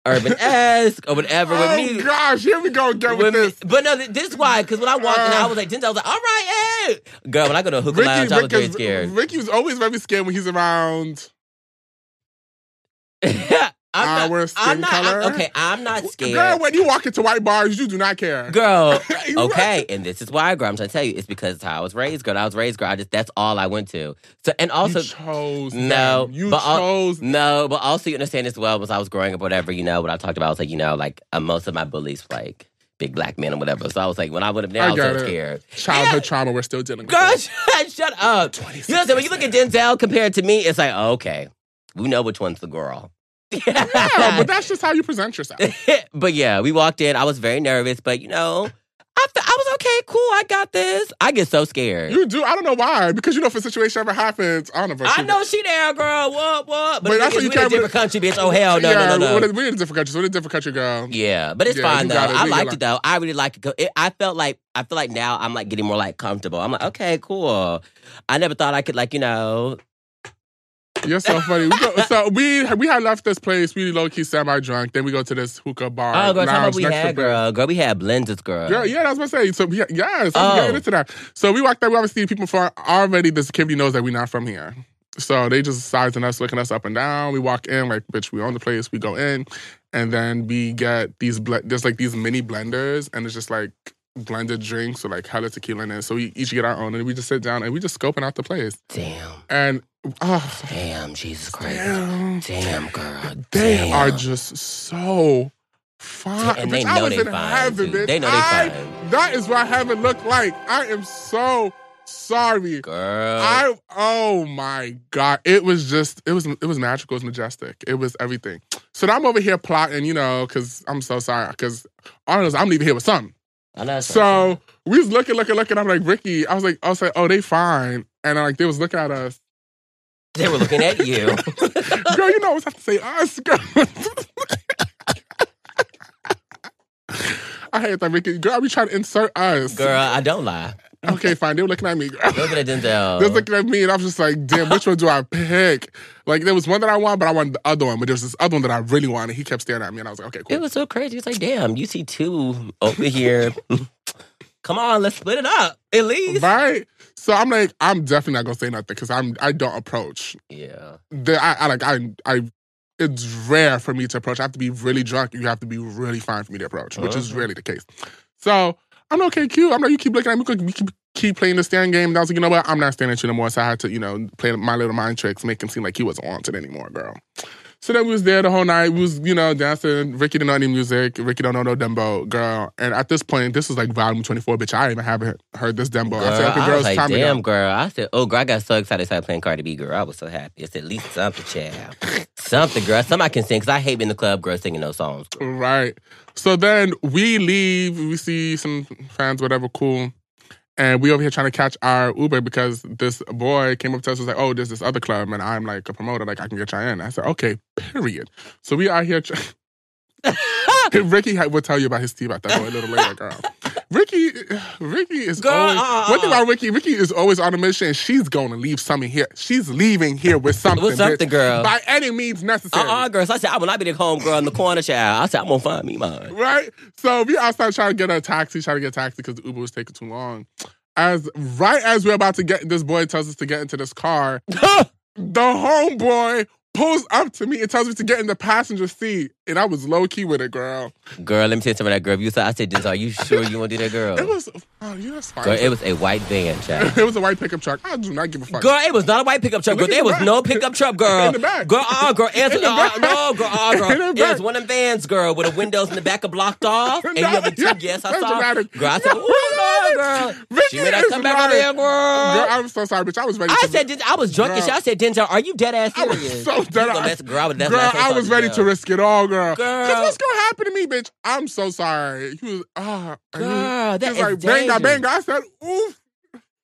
[SPEAKER 2] urban esque or whatever. with
[SPEAKER 1] oh
[SPEAKER 2] me,
[SPEAKER 1] gosh, here we go again with
[SPEAKER 2] when me-
[SPEAKER 1] this.
[SPEAKER 2] But no, th- this is why. Because when I walked in,
[SPEAKER 1] Uh.
[SPEAKER 2] I was like, Denzel, I was like, all right, hey. Girl, when I go to a hookah
[SPEAKER 1] Ricky,
[SPEAKER 2] lounge, I was very
[SPEAKER 1] Ricky,
[SPEAKER 2] scared.
[SPEAKER 1] Ricky's always very scared when he's around. Our
[SPEAKER 2] I'm not, I'm
[SPEAKER 1] uh, skin
[SPEAKER 2] not I'm-
[SPEAKER 1] color?
[SPEAKER 2] okay, I'm not scared.
[SPEAKER 1] Girl, when you walk into white bars, you do not care.
[SPEAKER 2] Girl,
[SPEAKER 1] You
[SPEAKER 2] okay, and this is why, girl. I'm trying to tell you, it's because it's how I was raised, girl. I was raised, girl. I just that's all I went to. So, and also,
[SPEAKER 1] you chose
[SPEAKER 2] No,
[SPEAKER 1] them. You
[SPEAKER 2] but I'll-
[SPEAKER 1] chose.
[SPEAKER 2] No, but also you understand as well, as I was growing up, whatever, you know, what I talked about, I was like, you know, like uh, most of my bullies were like big black men or whatever. So I was like, when I went up there,
[SPEAKER 1] I
[SPEAKER 2] I, was
[SPEAKER 1] got
[SPEAKER 2] so
[SPEAKER 1] it.
[SPEAKER 2] scared.
[SPEAKER 1] childhood
[SPEAKER 2] Yeah.
[SPEAKER 1] trauma. We're still dealing with.
[SPEAKER 2] Girl,
[SPEAKER 1] it.
[SPEAKER 2] shut, shut up. You know what I'm saying? When you look at Denzel compared to me, it's like, oh, okay, we know which one's the girl.
[SPEAKER 1] yeah, but that's just how you present yourself.
[SPEAKER 2] but yeah, we walked in. I was very nervous, but you know, I, fe- I was okay, cool. I got this. I get so scared.
[SPEAKER 1] You do. I don't know why. Because you know, if a situation ever happens, I don't know. If
[SPEAKER 2] I
[SPEAKER 1] she-
[SPEAKER 2] know she there, girl. What,
[SPEAKER 1] But
[SPEAKER 2] what? But,
[SPEAKER 1] that's
[SPEAKER 2] that's
[SPEAKER 1] what you
[SPEAKER 2] we in a
[SPEAKER 1] can't-
[SPEAKER 2] different country, bitch. Oh hell, no,
[SPEAKER 1] yeah,
[SPEAKER 2] no, no,
[SPEAKER 1] We're,
[SPEAKER 2] no.
[SPEAKER 1] in- we're in a different country. So we're in a different country, girl.
[SPEAKER 2] Yeah, but it's
[SPEAKER 1] Yeah,
[SPEAKER 2] fine
[SPEAKER 1] you
[SPEAKER 2] though.
[SPEAKER 1] got it.
[SPEAKER 2] I
[SPEAKER 1] We
[SPEAKER 2] liked
[SPEAKER 1] got
[SPEAKER 2] it though. I really like it. 'cause It, I felt like I feel like now I'm like getting more like comfortable. I'm like, okay, cool. I never thought I could like you know.
[SPEAKER 1] You're so funny. We go, so we we had left this place. We low key semi drunk. Then we go to this hookah bar.
[SPEAKER 2] Oh, girl, talk about
[SPEAKER 1] lounge
[SPEAKER 2] we
[SPEAKER 1] next to
[SPEAKER 2] had,
[SPEAKER 1] the-
[SPEAKER 2] girl. Girl, we had blenders, girl.
[SPEAKER 1] Girl, yeah, that's what I'm saying. So, we, yes, I'm
[SPEAKER 2] Uh, Oh.
[SPEAKER 1] getting into that. So, we walked out. We obviously people from already. The security knows that we're not from here. So, they just sizing us, looking us up and down. We walk in, like, bitch, we own the place. We go in, and then we get these, ble- there's like these mini blenders, and it's just like blended drinks or like hella tequila in it. So, we each get our own, and we just sit down and we just scoping out the place.
[SPEAKER 2] Damn,
[SPEAKER 1] And, oh,
[SPEAKER 2] damn, Jesus Christ, damn,
[SPEAKER 1] damn.
[SPEAKER 2] girl,
[SPEAKER 1] They
[SPEAKER 2] damn.
[SPEAKER 1] are just so fine.
[SPEAKER 2] And they
[SPEAKER 1] Bitch, I
[SPEAKER 2] know
[SPEAKER 1] was
[SPEAKER 2] they
[SPEAKER 1] in
[SPEAKER 2] fine,
[SPEAKER 1] heaven,
[SPEAKER 2] too.
[SPEAKER 1] bitch.
[SPEAKER 2] They know they
[SPEAKER 1] I-
[SPEAKER 2] fine.
[SPEAKER 1] That is what heaven looked like. I am so sorry.
[SPEAKER 2] Uh, girl.
[SPEAKER 1] I oh my god, it was just it was it was magical, it was majestic, it was everything. So now I'm over here plotting, you know, because I'm so sorry, because honestly, I'm leaving here with something.
[SPEAKER 2] I know. it's not
[SPEAKER 1] So we was looking, looking, looking. I'm like Ricky. I was like, I was like, oh, they fine, and like they was looking at us.
[SPEAKER 2] fair. they were looking at you.
[SPEAKER 1] girl, you know, I always have to say us, girl. I hate that, Ricky. Girl, I be trying to insert us.
[SPEAKER 2] Girl, I don't lie.
[SPEAKER 1] Okay, fine. They were looking at me, girl.
[SPEAKER 2] Looking at Denzel.
[SPEAKER 1] They was looking at me, and I was just like, damn, which one do I pick? Like, there was one that I wanted, but I wanted the other one. But there was this other one that I really wanted. He kept staring at me, and I was like, okay,
[SPEAKER 2] It
[SPEAKER 1] cool.
[SPEAKER 2] was so crazy. It's like, damn, you see two over here. Come on, let's split it up at least.
[SPEAKER 1] right? So I'm like, I'm definitely not gonna say nothing because I'm I don't approach.
[SPEAKER 2] Yeah.
[SPEAKER 1] The, I, I like I I it's rare for me to approach. I have to be really drunk. You have to be really fine for me to approach, which is
[SPEAKER 2] Uh-huh.
[SPEAKER 1] rarely the case. So I'm like, okay, cute. I'm like, you keep looking at me, you keep, keep playing the staring game. And I was like, you know what? I'm not staring at you no more. So I had to, you know, play my little mind tricks, make him seem like he wasn't wanted anymore, girl. So then we was there the whole night. We was, you know, dancing. Ricky didn't know any music. Ricky don't know no Dembo, girl. And at this point, this is like volume 24, bitch. I even haven't heard this Dembo.
[SPEAKER 2] Girl,
[SPEAKER 1] I said, okay,
[SPEAKER 2] I was
[SPEAKER 1] girls,
[SPEAKER 2] like,
[SPEAKER 1] time to
[SPEAKER 2] damn,
[SPEAKER 1] go.
[SPEAKER 2] girl. I said, oh, girl, I got so excited. I started playing Cardi B, girl. I was so happy. It's at least something, child. something, girl. Something I can sing, because I hate being in the club, girl, singing those songs. girl.
[SPEAKER 1] Right. So then we leave. We see some fans, whatever, cool. And we over here trying to catch our Uber because this boy came up to us was like, "Oh, there's this other club," and I'm like a promoter, like I can get you in. I said, "Okay, period." So we are here. Tr- Ricky ha- will tell you about his team at that boy a little later, girl. Ricky, Ricky is
[SPEAKER 2] Girl,
[SPEAKER 1] always
[SPEAKER 2] uh-uh,
[SPEAKER 1] one thing
[SPEAKER 2] uh-uh.
[SPEAKER 1] about Ricky. Ricky is always on a mission. She's going to leave something here. She's leaving here with something,
[SPEAKER 2] What's up,
[SPEAKER 1] bitch.
[SPEAKER 2] the girl?
[SPEAKER 1] by any means necessary.
[SPEAKER 2] Uh-uh, girl. So I said, I will not be the home girl in the corner, child. I said, I'm going to find me mine.
[SPEAKER 1] right? So we outside trying to get a taxi, trying to get a taxi because the Uber was taking too long. As right as we're about to get, this boy tells us to get into this car. The homeboy pulls up to me and tells me to get in the passenger seat, and I was low key with it, girl.
[SPEAKER 2] girl, let me tell you something, that girl. If You said, I said, this, are you sure you want to do that, girl?
[SPEAKER 1] It was, oh, yeah, that's fine.
[SPEAKER 2] girl, it was a white van, child.
[SPEAKER 1] It was a white pickup truck. I do not give a fuck.
[SPEAKER 2] Girl, it was not a white pickup truck. Girl,
[SPEAKER 1] Look in
[SPEAKER 2] there
[SPEAKER 1] the
[SPEAKER 2] was
[SPEAKER 1] back.
[SPEAKER 2] no pickup truck, girl.
[SPEAKER 1] In the back.
[SPEAKER 2] Girl, uh, girl, it's,
[SPEAKER 1] In the
[SPEAKER 2] uh,
[SPEAKER 1] back.
[SPEAKER 2] no, girl, uh, girl.
[SPEAKER 1] In the
[SPEAKER 2] It was
[SPEAKER 1] back.
[SPEAKER 2] one of them vans, girl, with the windows in the back are blocked off. And you
[SPEAKER 1] No,
[SPEAKER 2] have the two,
[SPEAKER 1] yeah,
[SPEAKER 2] yes, I
[SPEAKER 1] that's
[SPEAKER 2] saw.
[SPEAKER 1] dramatic.
[SPEAKER 2] Girl, I said, oh, no, girl.
[SPEAKER 1] Ricky
[SPEAKER 2] she made us
[SPEAKER 1] is
[SPEAKER 2] come back
[SPEAKER 1] lying.
[SPEAKER 2] over here, girl.
[SPEAKER 1] Girl, I'm so sorry, bitch. I was ready.
[SPEAKER 2] I
[SPEAKER 1] to
[SPEAKER 2] said, I was drunk and
[SPEAKER 1] Girl.
[SPEAKER 2] shit. I said, Denzel, are you dead ass
[SPEAKER 1] I
[SPEAKER 2] serious?
[SPEAKER 1] was so
[SPEAKER 2] You
[SPEAKER 1] done.
[SPEAKER 2] gonna mess- girl, I was, that's
[SPEAKER 1] Girl,
[SPEAKER 2] what
[SPEAKER 1] I
[SPEAKER 2] told
[SPEAKER 1] was
[SPEAKER 2] you,
[SPEAKER 1] ready
[SPEAKER 2] girl.
[SPEAKER 1] to risk it all, girl.
[SPEAKER 2] Girl.
[SPEAKER 1] Cause what's gonna happen to me, bitch? I'm so sorry. He was ah, and he-
[SPEAKER 2] Girl, that
[SPEAKER 1] he was
[SPEAKER 2] is
[SPEAKER 1] like banga
[SPEAKER 2] dangerous.
[SPEAKER 1] banga. I said, oof.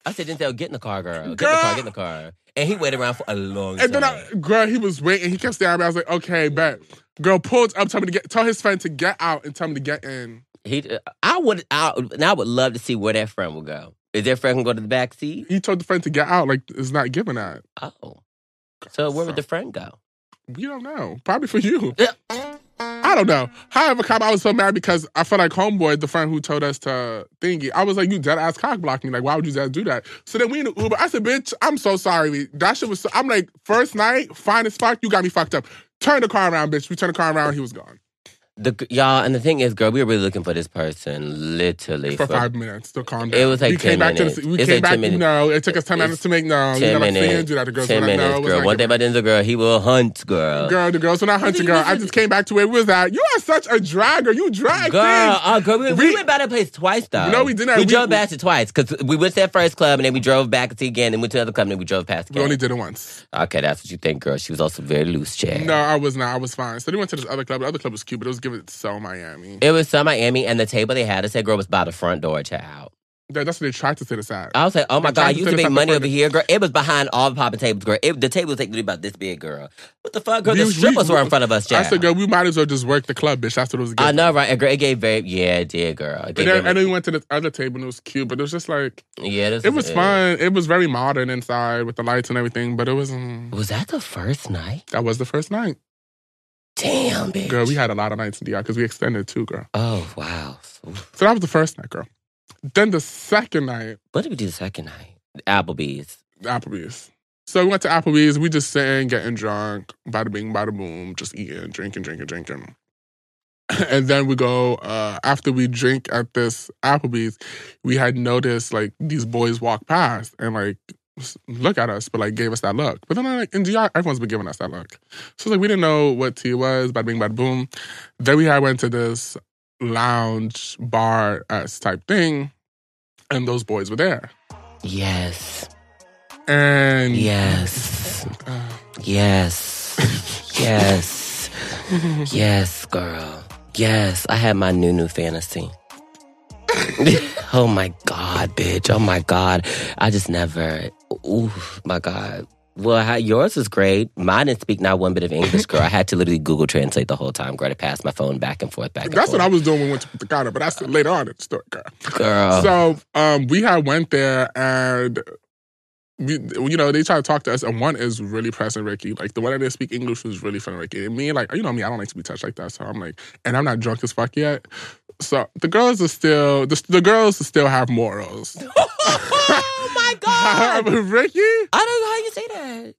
[SPEAKER 2] I said, Denzel, get in the car, girl. Get in the
[SPEAKER 1] Girl.
[SPEAKER 2] car, get in the car. And he waited around for a long
[SPEAKER 1] And
[SPEAKER 2] time.
[SPEAKER 1] then I, girl, he was waiting. He kept staring at me. I was like, okay, bet. Girl pulled up, tell me to get, tell his friend to get out and tell me to get in.
[SPEAKER 2] He, I would, I, and I would love to see where that friend will go. Is that friend gonna go to the back seat?
[SPEAKER 1] He told the friend to get out. Like it's not giving that.
[SPEAKER 2] Oh, so where would the friend go?
[SPEAKER 1] We don't know. Probably for you.
[SPEAKER 2] Yeah.
[SPEAKER 1] I don't know. However, come I was so mad because I felt like homeboy, the friend who told us to thingy. I was like, you dead ass cock blocking. Like, why would you dead do that? So then we in the Uber. I said, bitch, I'm so sorry. That shit was. So, I'm like, first night, fine as fuck. You got me fucked up. Turn the car around, bitch. We turned the car around. He was gone
[SPEAKER 2] The y'all, and the thing is, girl, we were really looking for this person, literally
[SPEAKER 1] for five minutes. Still calm down.
[SPEAKER 2] It was like
[SPEAKER 1] we
[SPEAKER 2] 10
[SPEAKER 1] came back
[SPEAKER 2] minutes.
[SPEAKER 1] to the, we
[SPEAKER 2] It's
[SPEAKER 1] came
[SPEAKER 2] like 10
[SPEAKER 1] back.
[SPEAKER 2] minutes.
[SPEAKER 1] No, it took us ten
[SPEAKER 2] It's
[SPEAKER 1] minutes to make no. You know,
[SPEAKER 2] ten
[SPEAKER 1] like, saying
[SPEAKER 2] minutes.
[SPEAKER 1] do that. The girls
[SPEAKER 2] ten
[SPEAKER 1] were like,
[SPEAKER 2] minutes,
[SPEAKER 1] no, it was
[SPEAKER 2] girl.
[SPEAKER 1] not
[SPEAKER 2] One
[SPEAKER 1] giving
[SPEAKER 2] thing about Denzel, girl, he will hunt, girl.
[SPEAKER 1] Girl, the girls were not hunting, girl. I just came back to where we was at. You are such a dragger. You drag
[SPEAKER 2] Girl,
[SPEAKER 1] things.
[SPEAKER 2] uh, girl, we, we
[SPEAKER 1] We-
[SPEAKER 2] went by that place twice though.
[SPEAKER 1] No, we did not.
[SPEAKER 2] We,
[SPEAKER 1] We-
[SPEAKER 2] drove past it twice because we went to that first club and then we drove back to it again, then went to another club and then we drove past
[SPEAKER 1] We
[SPEAKER 2] again.
[SPEAKER 1] only did it once.
[SPEAKER 2] okay, that's what you think, girl. She was also very loose, Chad.
[SPEAKER 1] No, I was not. I was fine. So they went to this other club. The other club was cute, but it was giving it so Miami.
[SPEAKER 2] It was some Miami, and the table they had, I said, girl, was by the front door, child.
[SPEAKER 1] That- That's what they tried to sit aside.
[SPEAKER 2] I was like, oh my
[SPEAKER 1] They tried
[SPEAKER 2] God,
[SPEAKER 1] to
[SPEAKER 2] you
[SPEAKER 1] sit
[SPEAKER 2] used to make
[SPEAKER 1] inside the
[SPEAKER 2] money over
[SPEAKER 1] front-
[SPEAKER 2] here, girl. It was behind all the popping tables, girl. It, the table was like literally about this big, girl. What the fuck, girl?
[SPEAKER 1] We-
[SPEAKER 2] the
[SPEAKER 1] we-
[SPEAKER 2] strippers were in front of us,
[SPEAKER 1] I
[SPEAKER 2] child.
[SPEAKER 1] said, girl, we might as well just work the club, bitch. That's what it was.
[SPEAKER 2] I
[SPEAKER 1] Giving.
[SPEAKER 2] know, right? And girl, it gave very, yeah, it did, girl. It
[SPEAKER 1] And
[SPEAKER 2] gave
[SPEAKER 1] then,
[SPEAKER 2] very-
[SPEAKER 1] and then we went to this other table and it was cute, but it was just like
[SPEAKER 2] yeah, this
[SPEAKER 1] it was
[SPEAKER 2] uh,
[SPEAKER 1] fun. It was very modern inside with the lights and everything, but it was mm,
[SPEAKER 2] Was that the first night?
[SPEAKER 1] that was the first night.
[SPEAKER 2] Damn, bitch.
[SPEAKER 1] Girl, we had a lot of nights in DR because we extended too, girl.
[SPEAKER 2] Oh, wow. Oof.
[SPEAKER 1] So that was the first night, girl. Then the second night,
[SPEAKER 2] What did we do the second night? Applebee's.
[SPEAKER 1] Applebee's. So we went to Applebee's. We just sitting, getting drunk, bada bing, bada boom, just eating, drinking, drinking, drinking. And then we go uh, after we drink at this Applebee's. We had noticed like these boys walk past and like s- look at us, but like gave us that look. But then like in GR, everyone's been giving us that look. So it's like we didn't know what tea was. Bada bing, bada boom. Then we had went to this lounge bar as type thing, and those boys were there.
[SPEAKER 2] Yes.
[SPEAKER 1] And
[SPEAKER 2] Yes.
[SPEAKER 1] uh,
[SPEAKER 2] Yes. yes. Mm-hmm. Yes, girl. Yes. I had my new new fantasy. oh my God, bitch. Oh my God. I just never. Ooh, my God. Well, how, yours was great. Mine didn't speak not one bit of English, girl. I had to literally Google Translate the whole time, girl, to pass my phone back and forth, back and
[SPEAKER 1] That's what I
[SPEAKER 2] forth.
[SPEAKER 1] was doing when we went to Putacana, but that's later on in the story, girl.
[SPEAKER 2] That's what I. Girl.
[SPEAKER 1] So um, we had went there and we, you know, they tried to talk to us, and one is really pressing Ricky. Like the one that didn't speak English was really funny, Ricky. And me, like you know me, I don't like to be touched like that. So I'm like, and I'm not drunk as fuck yet. So the girls are still the, the girls still have morals.
[SPEAKER 2] oh my God.
[SPEAKER 1] Ricky,
[SPEAKER 2] I don't know how you say that.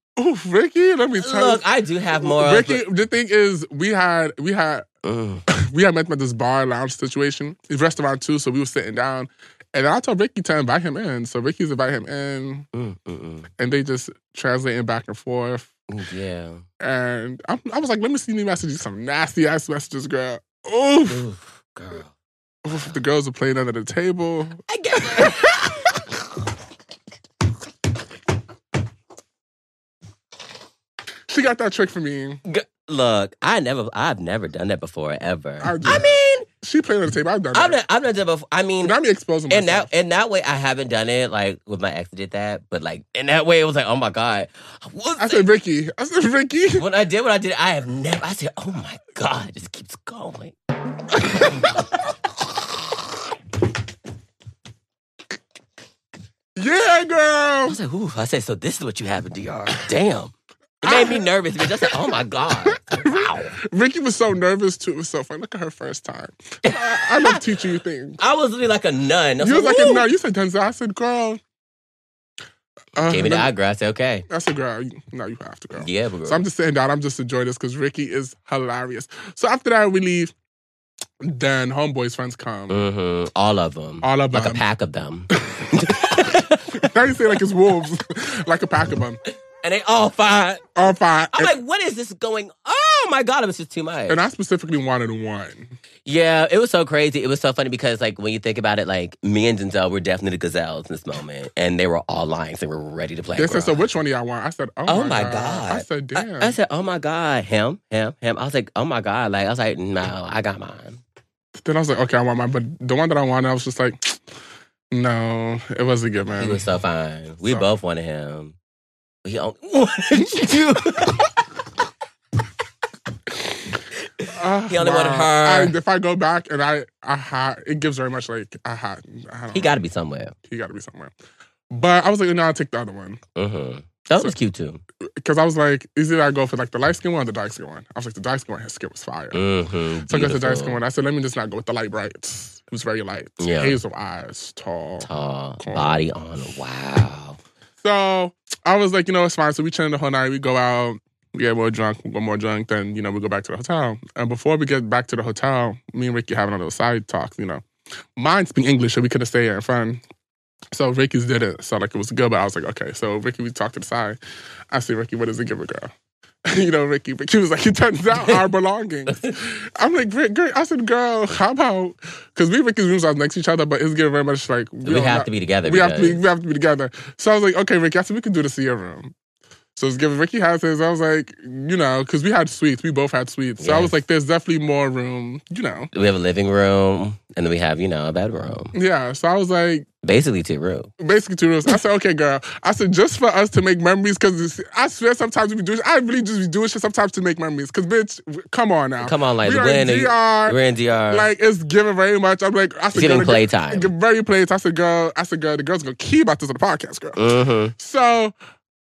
[SPEAKER 1] Ooh, Ricky, let me tell
[SPEAKER 2] Look,
[SPEAKER 1] you.
[SPEAKER 2] I do have morals.
[SPEAKER 1] Ricky, the thing is, we had we had
[SPEAKER 2] but- Ugh.
[SPEAKER 1] we had met him at this bar lounge situation. It's restaurant too, so we were sitting down. And I told Ricky to invite him in. So Ricky's invite him in
[SPEAKER 2] Mm, mm,
[SPEAKER 1] and they just translating back and forth.
[SPEAKER 2] mm. Yeah.
[SPEAKER 1] And I, I was like, let me see new messages, some nasty ass messages, girl. Oof.
[SPEAKER 2] Ooh, girl.
[SPEAKER 1] Oof. The girls were playing under the table.
[SPEAKER 2] I guess.
[SPEAKER 1] She got that trick for me.
[SPEAKER 2] Look, I never, I've never done that before ever.
[SPEAKER 1] I
[SPEAKER 2] I,
[SPEAKER 1] do.
[SPEAKER 2] mean,
[SPEAKER 1] She played under the table. I've done
[SPEAKER 2] I've
[SPEAKER 1] that.
[SPEAKER 2] not, I've not done before. I mean,
[SPEAKER 1] Now I'm exposing myself.
[SPEAKER 2] in that in that way, I haven't done it. Like with my ex, did that, but like in that way, it was like, oh my god. What's
[SPEAKER 1] I said, Ricky. I said, Ricky.
[SPEAKER 2] when I did what I did, I have never. I said, oh my god, it just keeps going.
[SPEAKER 1] Yeah,
[SPEAKER 2] I
[SPEAKER 1] girl.
[SPEAKER 2] was like, ooh. I said, so this is what you have in DR. Damn. It made me nervous, bitch. I said, oh my god. Wow.
[SPEAKER 1] Ricky was so nervous too. It was so funny. Look at her first time. I, I love teaching you things.
[SPEAKER 2] I was literally like a nun. I was
[SPEAKER 1] You was like,
[SPEAKER 2] "Ooh."
[SPEAKER 1] no, you said Denzel. I said, girl. Uh,
[SPEAKER 2] Gave me the
[SPEAKER 1] let
[SPEAKER 2] eye girl. I said, okay.
[SPEAKER 1] I said, girl. you- No, you have to, girl.
[SPEAKER 2] Yeah, but girl.
[SPEAKER 1] So I'm just sitting down. I'm just enjoying this because Ricky is hilarious. So after that, we leave. Then homeboys friends come.
[SPEAKER 2] Mhm. All of them.
[SPEAKER 1] All of
[SPEAKER 2] like
[SPEAKER 1] them.
[SPEAKER 2] a pack of them.
[SPEAKER 1] now you say like it's wolves, like a pack of them.
[SPEAKER 2] and they all fine.
[SPEAKER 1] All five.
[SPEAKER 2] I'm
[SPEAKER 1] And,
[SPEAKER 2] like, what is this going? Oh my god, it was just too much.
[SPEAKER 1] and I specifically wanted one.
[SPEAKER 2] yeah, it was so crazy. It was so funny because like when you think about it, like me and Denzel were definitely the gazelles in this moment, and they were all lying, so we were ready to play.
[SPEAKER 1] They said, so
[SPEAKER 2] girl.
[SPEAKER 1] which one do y'all want? I said, oh,
[SPEAKER 2] Oh
[SPEAKER 1] my,
[SPEAKER 2] my
[SPEAKER 1] god.
[SPEAKER 2] God.
[SPEAKER 1] I said,
[SPEAKER 2] I-
[SPEAKER 1] damn.
[SPEAKER 2] I, said, oh my god, him, him, him. I was like, oh my god, like I was like, no, I got mine.
[SPEAKER 1] then I was like, okay, I want mine. But the one that I wanted, I was just like, no, it wasn't good,
[SPEAKER 2] He
[SPEAKER 1] man.
[SPEAKER 2] was so fine. We
[SPEAKER 1] So-
[SPEAKER 2] both wanted him. We only wanted you.
[SPEAKER 1] Ah,
[SPEAKER 2] He only wanted her.
[SPEAKER 1] I, if I go back and I, I had, it gives very much like, I had, I don't
[SPEAKER 2] he
[SPEAKER 1] know.
[SPEAKER 2] got to be somewhere.
[SPEAKER 1] he got to be somewhere. But I was like, no, I'll take the other one.
[SPEAKER 2] Mm-hmm. That was cute too.
[SPEAKER 1] Because I was like, is it I go for like the light skin one or the dark skin one? I was like, the dark skin one, his skin was fire.
[SPEAKER 2] Mm-hmm.
[SPEAKER 1] So I got the dark skin one. I said, let me just not go with the light brights. It was very light.
[SPEAKER 2] Yeah.
[SPEAKER 1] Hazel eyes, tall.
[SPEAKER 2] Tall
[SPEAKER 1] Cool.
[SPEAKER 2] body on. Wow.
[SPEAKER 1] So I was like, you know, it's fine. So we chilling the whole night. We go out. We get more drunk. We get more drunk. Then, you know, we go back to the hotel. And before we get back to the hotel, me and Ricky having a little side talk, you know. Mine speak English, so we could have stayed here and fun. So Ricky's did it. So like it was good, but I was like, okay. So Ricky, we talked to the side. I said, Ricky, what does it give a girl? you know, Ricky, Ricky was like, it turns out our belongings. I'm like, Rick, girl. I said, girl, how about? Because me and Ricky's rooms are next to each other, but it's getting very much like
[SPEAKER 2] We,
[SPEAKER 1] don't
[SPEAKER 2] have
[SPEAKER 1] know-
[SPEAKER 2] to be together.
[SPEAKER 1] we have to be
[SPEAKER 2] because-
[SPEAKER 1] we have to be together. So I was like, okay, Ricky, I said we can do this in your room. So it's giving Ricky has his. I was like, you know, because we had suites, we both had suites. So I was
[SPEAKER 2] Yes.
[SPEAKER 1] like, there's definitely more room, you know.
[SPEAKER 2] We have a living room, and then we have you know a bedroom.
[SPEAKER 1] Yeah. So I was like,
[SPEAKER 2] Basically two rooms.
[SPEAKER 1] basically two rooms. I said, okay, girl. I said just for us to make memories, because I swear sometimes we be doing. I really just be doing shit sometimes to make memories. Because bitch, come on now.
[SPEAKER 2] Come on, like
[SPEAKER 1] we are
[SPEAKER 2] we're
[SPEAKER 1] in
[SPEAKER 2] in, a-
[SPEAKER 1] DR.
[SPEAKER 2] we're in DR.
[SPEAKER 1] like it's giving very much. I'm like, I
[SPEAKER 2] it's
[SPEAKER 1] said,
[SPEAKER 2] getting
[SPEAKER 1] girl, the-
[SPEAKER 2] playtime.
[SPEAKER 1] the very place. I said, girl, I said, girl, the girls gonna key about this on the podcast, girl.
[SPEAKER 2] Mm-hmm.
[SPEAKER 1] So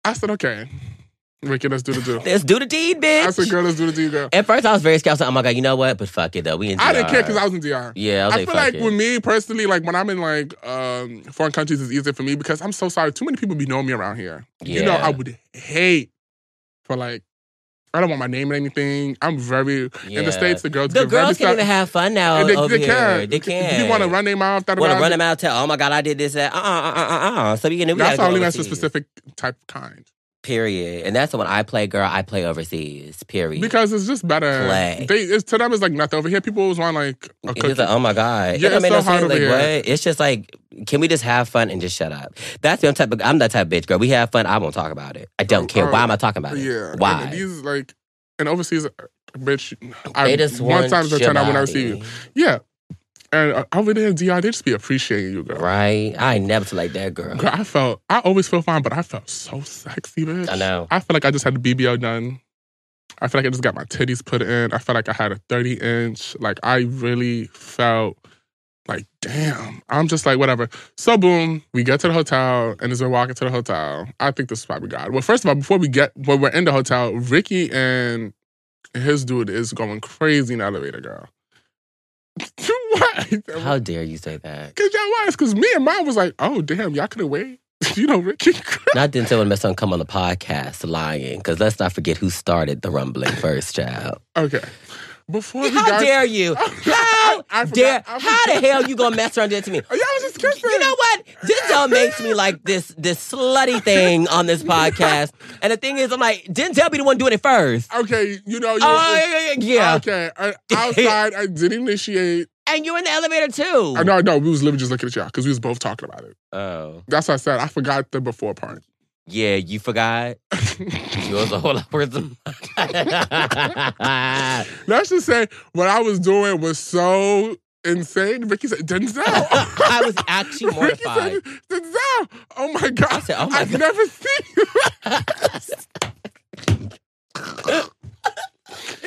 [SPEAKER 1] I said, okay, Ricky, let's do the do.
[SPEAKER 2] Let's do the deed, bitch.
[SPEAKER 1] I said, girl, let's do the do, girl.
[SPEAKER 2] At first, I was very skeptical. Oh my god, you know what? But fuck it though. We in DR.
[SPEAKER 1] I didn't care because I was in DR.
[SPEAKER 2] yeah, I was
[SPEAKER 1] I
[SPEAKER 2] like,
[SPEAKER 1] feel
[SPEAKER 2] fuck
[SPEAKER 1] like
[SPEAKER 2] it.
[SPEAKER 1] with me personally, like when I'm in like um, foreign countries, it's easier for me because I'm so sorry. Too many people be knowing me around here. You know,
[SPEAKER 2] Yeah.
[SPEAKER 1] I would hate for like I don't want my name or anything. I'm very in
[SPEAKER 2] Yeah.
[SPEAKER 1] the states. The girls
[SPEAKER 2] The
[SPEAKER 1] get very
[SPEAKER 2] girls can
[SPEAKER 1] stuff-
[SPEAKER 2] even have fun now
[SPEAKER 1] and they,
[SPEAKER 2] over
[SPEAKER 1] they
[SPEAKER 2] here.
[SPEAKER 1] can.
[SPEAKER 2] They can.
[SPEAKER 1] You want to run their mouth? That
[SPEAKER 2] Want to
[SPEAKER 1] around-
[SPEAKER 2] run them out? Tell. Oh my god, I did this. That. Uh. Uh. Uh. Uh. uh. So we can. we
[SPEAKER 1] That's
[SPEAKER 2] gotta go
[SPEAKER 1] only that's a
[SPEAKER 2] overseas.
[SPEAKER 1] specific type of kind
[SPEAKER 2] Period. And that's when I play girl. I play overseas. Period.
[SPEAKER 1] because it's just better.
[SPEAKER 2] Play.
[SPEAKER 1] They it's, to them it's like nothing over here. People always want like a
[SPEAKER 2] It's
[SPEAKER 1] cookie.
[SPEAKER 2] just like, oh my God.
[SPEAKER 1] Yeah,
[SPEAKER 2] it don't
[SPEAKER 1] it's
[SPEAKER 2] make
[SPEAKER 1] so
[SPEAKER 2] no
[SPEAKER 1] hard
[SPEAKER 2] sense.
[SPEAKER 1] over
[SPEAKER 2] Like,
[SPEAKER 1] here.
[SPEAKER 2] what? It's just like, can we just have fun and just shut up? That's the type of, I'm that type of bitch, girl. We have fun. I won't talk about it. I don't care.
[SPEAKER 1] oh,
[SPEAKER 2] Why am I talking about it?
[SPEAKER 1] Yeah. and
[SPEAKER 2] Why?
[SPEAKER 1] these like and overseas, bitch. I,
[SPEAKER 2] they just
[SPEAKER 1] one
[SPEAKER 2] want
[SPEAKER 1] time to
[SPEAKER 2] your
[SPEAKER 1] ten, I would I see you.
[SPEAKER 2] body.
[SPEAKER 1] Yeah, and uh, over there in DR, they just be appreciating you, girl.
[SPEAKER 2] Right? I ain't never like that girl.
[SPEAKER 1] Girl, I felt I always feel fine, but I felt so sexy, bitch.
[SPEAKER 2] I know.
[SPEAKER 1] I feel like I just had the BBL done. I feel like I just got my titties put in. I felt like I had a thirty inch. Like I really felt. Like, damn, I'm just like, whatever. So, boom, we get to the hotel, and as we're walking to the hotel, I think this is probably God. Well, first of all, before we get, when we're in the hotel, Ricky and his dude is going crazy in the elevator, girl. what?
[SPEAKER 2] How dare you say that?
[SPEAKER 1] Cause y'all was, cause me and mine was like, oh damn, y'all could have waited. you know, Ricky. Cr-
[SPEAKER 2] Not Denzel and Messon come on the podcast lying, because let's not forget who started the rumbling first, child.
[SPEAKER 1] Okay. Before we
[SPEAKER 2] How
[SPEAKER 1] got,
[SPEAKER 2] dare you? How
[SPEAKER 1] I forgot-
[SPEAKER 2] dare?
[SPEAKER 1] I
[SPEAKER 2] How the
[SPEAKER 1] forgot.
[SPEAKER 2] hell you gonna mess around that to me?
[SPEAKER 1] Oh, yeah, I was just kissing.
[SPEAKER 2] You know what? Denzel makes me like this this slutty thing on this podcast, and the thing is, I'm like Denzel be the one doing it first.
[SPEAKER 1] Okay, you know, you
[SPEAKER 2] Oh yeah, yeah, yeah.
[SPEAKER 1] Okay, I, outside, I did initiate.
[SPEAKER 2] and you're in the elevator too.
[SPEAKER 1] I know, I know. We was literally just looking at y'all because we was both talking about it.
[SPEAKER 2] Oh
[SPEAKER 1] That's what I said. I forgot the before part.
[SPEAKER 2] yeah, you forgot. Yours a whole lot worse than mine.
[SPEAKER 1] Let's just say what I was doing was so insane. Ricky said, Denzel.
[SPEAKER 2] I was actually
[SPEAKER 1] Ricky
[SPEAKER 2] mortified.
[SPEAKER 1] said, Denzel. Oh my God.
[SPEAKER 2] I said, "Oh my
[SPEAKER 1] have
[SPEAKER 2] God."
[SPEAKER 1] never seen you.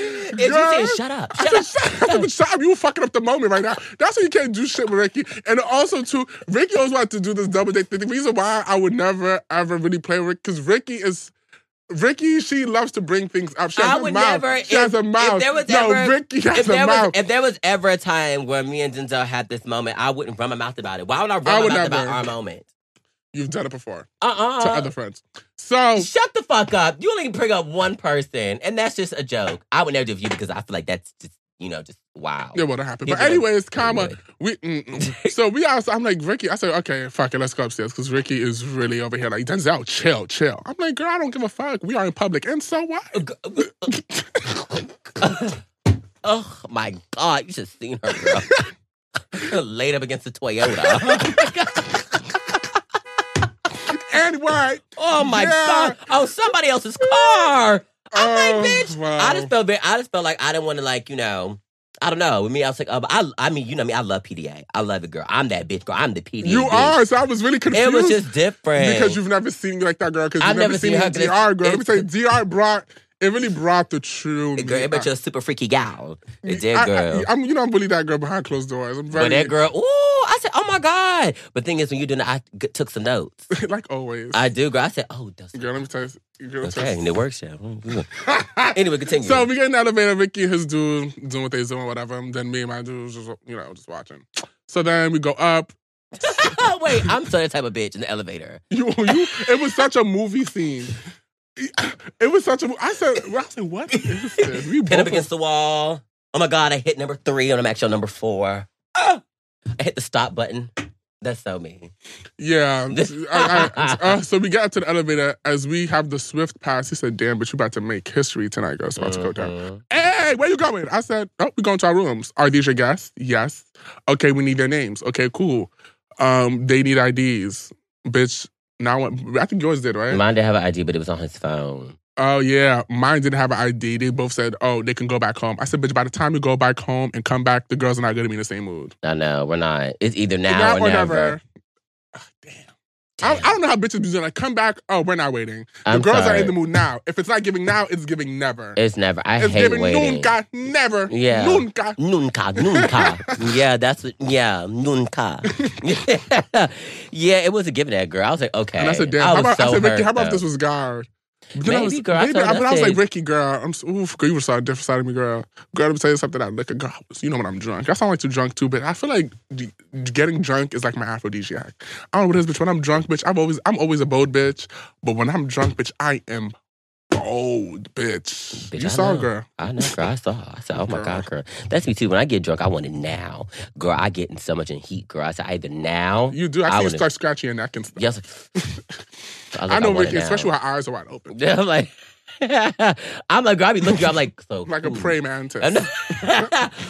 [SPEAKER 2] If you said shut up, shut
[SPEAKER 1] I
[SPEAKER 2] up.
[SPEAKER 1] said, shut up. Shut up. You were fucking up the moment right now. That's why you can't do shit with Ricky. And also, too, Ricky always wanted to do this double date thing. The reason why I would never, ever really play with because Ricky is. Ricky, she loves to bring things up. She has
[SPEAKER 2] I
[SPEAKER 1] a
[SPEAKER 2] would
[SPEAKER 1] mouth.
[SPEAKER 2] never.
[SPEAKER 1] she
[SPEAKER 2] if,
[SPEAKER 1] has a mouth.
[SPEAKER 2] If there was
[SPEAKER 1] no,
[SPEAKER 2] ever,
[SPEAKER 1] Ricky has
[SPEAKER 2] if there
[SPEAKER 1] a
[SPEAKER 2] was,
[SPEAKER 1] mouth.
[SPEAKER 2] if there was ever a time where me and Denzel had this moment, I wouldn't run my mouth about it. Why would I run
[SPEAKER 1] I
[SPEAKER 2] my
[SPEAKER 1] would
[SPEAKER 2] mouth
[SPEAKER 1] never.
[SPEAKER 2] about our moment?
[SPEAKER 1] You've done it before
[SPEAKER 2] Uh uh
[SPEAKER 1] to other friends. So
[SPEAKER 2] Shut the fuck up. You only bring up one person, and that's just a joke. I would never do you because I feel like that's just you know just wow.
[SPEAKER 1] it wouldn't happen.
[SPEAKER 2] He's
[SPEAKER 1] But
[SPEAKER 2] like,
[SPEAKER 1] anyways, comma.
[SPEAKER 2] would.
[SPEAKER 1] We mm, mm. so we also. I'm like Ricky. I said, okay, fuck it, let's go upstairs because Ricky is really over here. Like Denzel, chill, chill. I'm like, girl, I don't give a fuck. We are in public, and so what?
[SPEAKER 2] Uh, oh uh, my god, you should have seen her, girl. Laid up against a Toyota.
[SPEAKER 1] Anyway,
[SPEAKER 2] oh my
[SPEAKER 1] Yeah.
[SPEAKER 2] god. Oh, somebody else's car. I'm
[SPEAKER 1] Oh,
[SPEAKER 2] like, bitch.
[SPEAKER 1] wow.
[SPEAKER 2] I just felt bad. I just felt like I didn't want to, like, you know, I don't know. With me, I was like, oh, but I, I mean, you know me. I love PDA. I love it, girl. I'm that bitch, girl. I'm the PDA.
[SPEAKER 1] you
[SPEAKER 2] bitch.
[SPEAKER 1] are. So I was really confused.
[SPEAKER 2] It was just different
[SPEAKER 1] because you've never seen me like that, girl. Because
[SPEAKER 2] I've
[SPEAKER 1] you've never,
[SPEAKER 2] never
[SPEAKER 1] seen,
[SPEAKER 2] seen
[SPEAKER 1] me
[SPEAKER 2] her
[SPEAKER 1] in DR, girl. Let me
[SPEAKER 2] it's-
[SPEAKER 1] tell you, DR brought it. Really brought the true.
[SPEAKER 2] girl.
[SPEAKER 1] me
[SPEAKER 2] It bet
[SPEAKER 1] out.
[SPEAKER 2] you're a super freaky gal. It
[SPEAKER 1] I,
[SPEAKER 2] did, girl.
[SPEAKER 1] am you know, I'm bullied that girl behind closed doors. I'm very
[SPEAKER 2] but that girl, ooh, I said, oh my God. But thing is, when you doing it, I g- took some notes.
[SPEAKER 1] like always.
[SPEAKER 2] I do, girl. I said, oh, that's
[SPEAKER 1] girl, let me tell you. Girl, let me tell you-
[SPEAKER 2] okay. And it works, yeah. anyway, continue.
[SPEAKER 1] So we get in the elevator, Ricky and his dude doing what they doing, whatever. And then me and my dude was just, you know, just watching. So then we go up.
[SPEAKER 2] Wait, I'm so that type of bitch in the elevator.
[SPEAKER 1] You, you, it was such a movie scene. It was such a. I said, I said, what is this? We
[SPEAKER 2] Pin up
[SPEAKER 1] both.
[SPEAKER 2] against the wall. Oh my God, I hit number three and I'm actually on number four. Ah! I hit the stop button. That's so me.
[SPEAKER 1] Yeah. I- I- uh, so we get up to the elevator as we have the swift pass. He said, "Damn, but you about to make history tonight, girl. It's about to go down." Er
[SPEAKER 2] Mhm.
[SPEAKER 1] Hey, where you going? I said, Oh, we're going to our rooms. Are these your guests? Yes. Okay, we need their names. Okay, cool. Um, they need IDs. Bitch, now I think yours did, right?
[SPEAKER 2] Mine did have an ID, but it was on his phone.
[SPEAKER 1] oh yeah. Mine didn't have an ID. They both said, Oh, they can go back home. I said, bitch, by the time you go back home and come back, the girls are not gonna be in the same mood.
[SPEAKER 2] I know, we're not. It's either now,
[SPEAKER 1] Now
[SPEAKER 2] or, never.
[SPEAKER 1] Ugh, Damn. I, I don't know how bitches be doing. Like, come back. Oh, we're not waiting. The
[SPEAKER 2] I'm
[SPEAKER 1] girls
[SPEAKER 2] sorry.
[SPEAKER 1] are in the mood now. If it's not giving now, it's giving never.
[SPEAKER 2] It's never. I
[SPEAKER 1] it's
[SPEAKER 2] hate
[SPEAKER 1] giving
[SPEAKER 2] waiting.
[SPEAKER 1] nunca, never.
[SPEAKER 2] Yeah.
[SPEAKER 1] Nunca.
[SPEAKER 2] Nunca, nunca. yeah, that's what, yeah, nunca. yeah, it wasn't giving that girl. I was like, okay.
[SPEAKER 1] And I said, damn.
[SPEAKER 2] I
[SPEAKER 1] how
[SPEAKER 2] was
[SPEAKER 1] about,
[SPEAKER 2] so
[SPEAKER 1] I said, Ricky,
[SPEAKER 2] hurt,
[SPEAKER 1] how about if
[SPEAKER 2] though.
[SPEAKER 1] this was God? But I
[SPEAKER 2] Maybe,
[SPEAKER 1] was,
[SPEAKER 2] girl, I told her,
[SPEAKER 1] but I
[SPEAKER 2] I
[SPEAKER 1] was like,
[SPEAKER 2] said-
[SPEAKER 1] Ricky, girl, I'm so, oof, girl, you were a different side of me, girl. Girl, let me tell you something. I look at girl, I was- you know when I'm drunk. I sound like too drunk too, but I feel like d- getting drunk is like my aphrodisiac. I don't know what it is, bitch. When I'm drunk, bitch, I'm always, I'm always a bold bitch. But when I'm drunk, bitch, I am bold, bitch.
[SPEAKER 2] Bitch,
[SPEAKER 1] you
[SPEAKER 2] I
[SPEAKER 1] saw,
[SPEAKER 2] know.
[SPEAKER 1] girl.
[SPEAKER 2] I know, girl. I saw. I said, oh my
[SPEAKER 1] Girl.
[SPEAKER 2] God, girl. That's me too. When I get drunk, I want it now. Girl, I get in so much in heat, girl. I said, either now.
[SPEAKER 1] You do. I,
[SPEAKER 2] I
[SPEAKER 1] see you
[SPEAKER 2] would've-
[SPEAKER 1] start scratching your neck and stuff.
[SPEAKER 2] Yes. I, was
[SPEAKER 1] I
[SPEAKER 2] like,
[SPEAKER 1] know,
[SPEAKER 2] want it
[SPEAKER 1] Ricky,
[SPEAKER 2] now.
[SPEAKER 1] especially when her eyes are wide open,
[SPEAKER 2] Yeah, I'm like, I'm like, girl, I be looking, I'm like, so.
[SPEAKER 1] like a
[SPEAKER 2] who?
[SPEAKER 1] praying mantis.
[SPEAKER 2] I'm,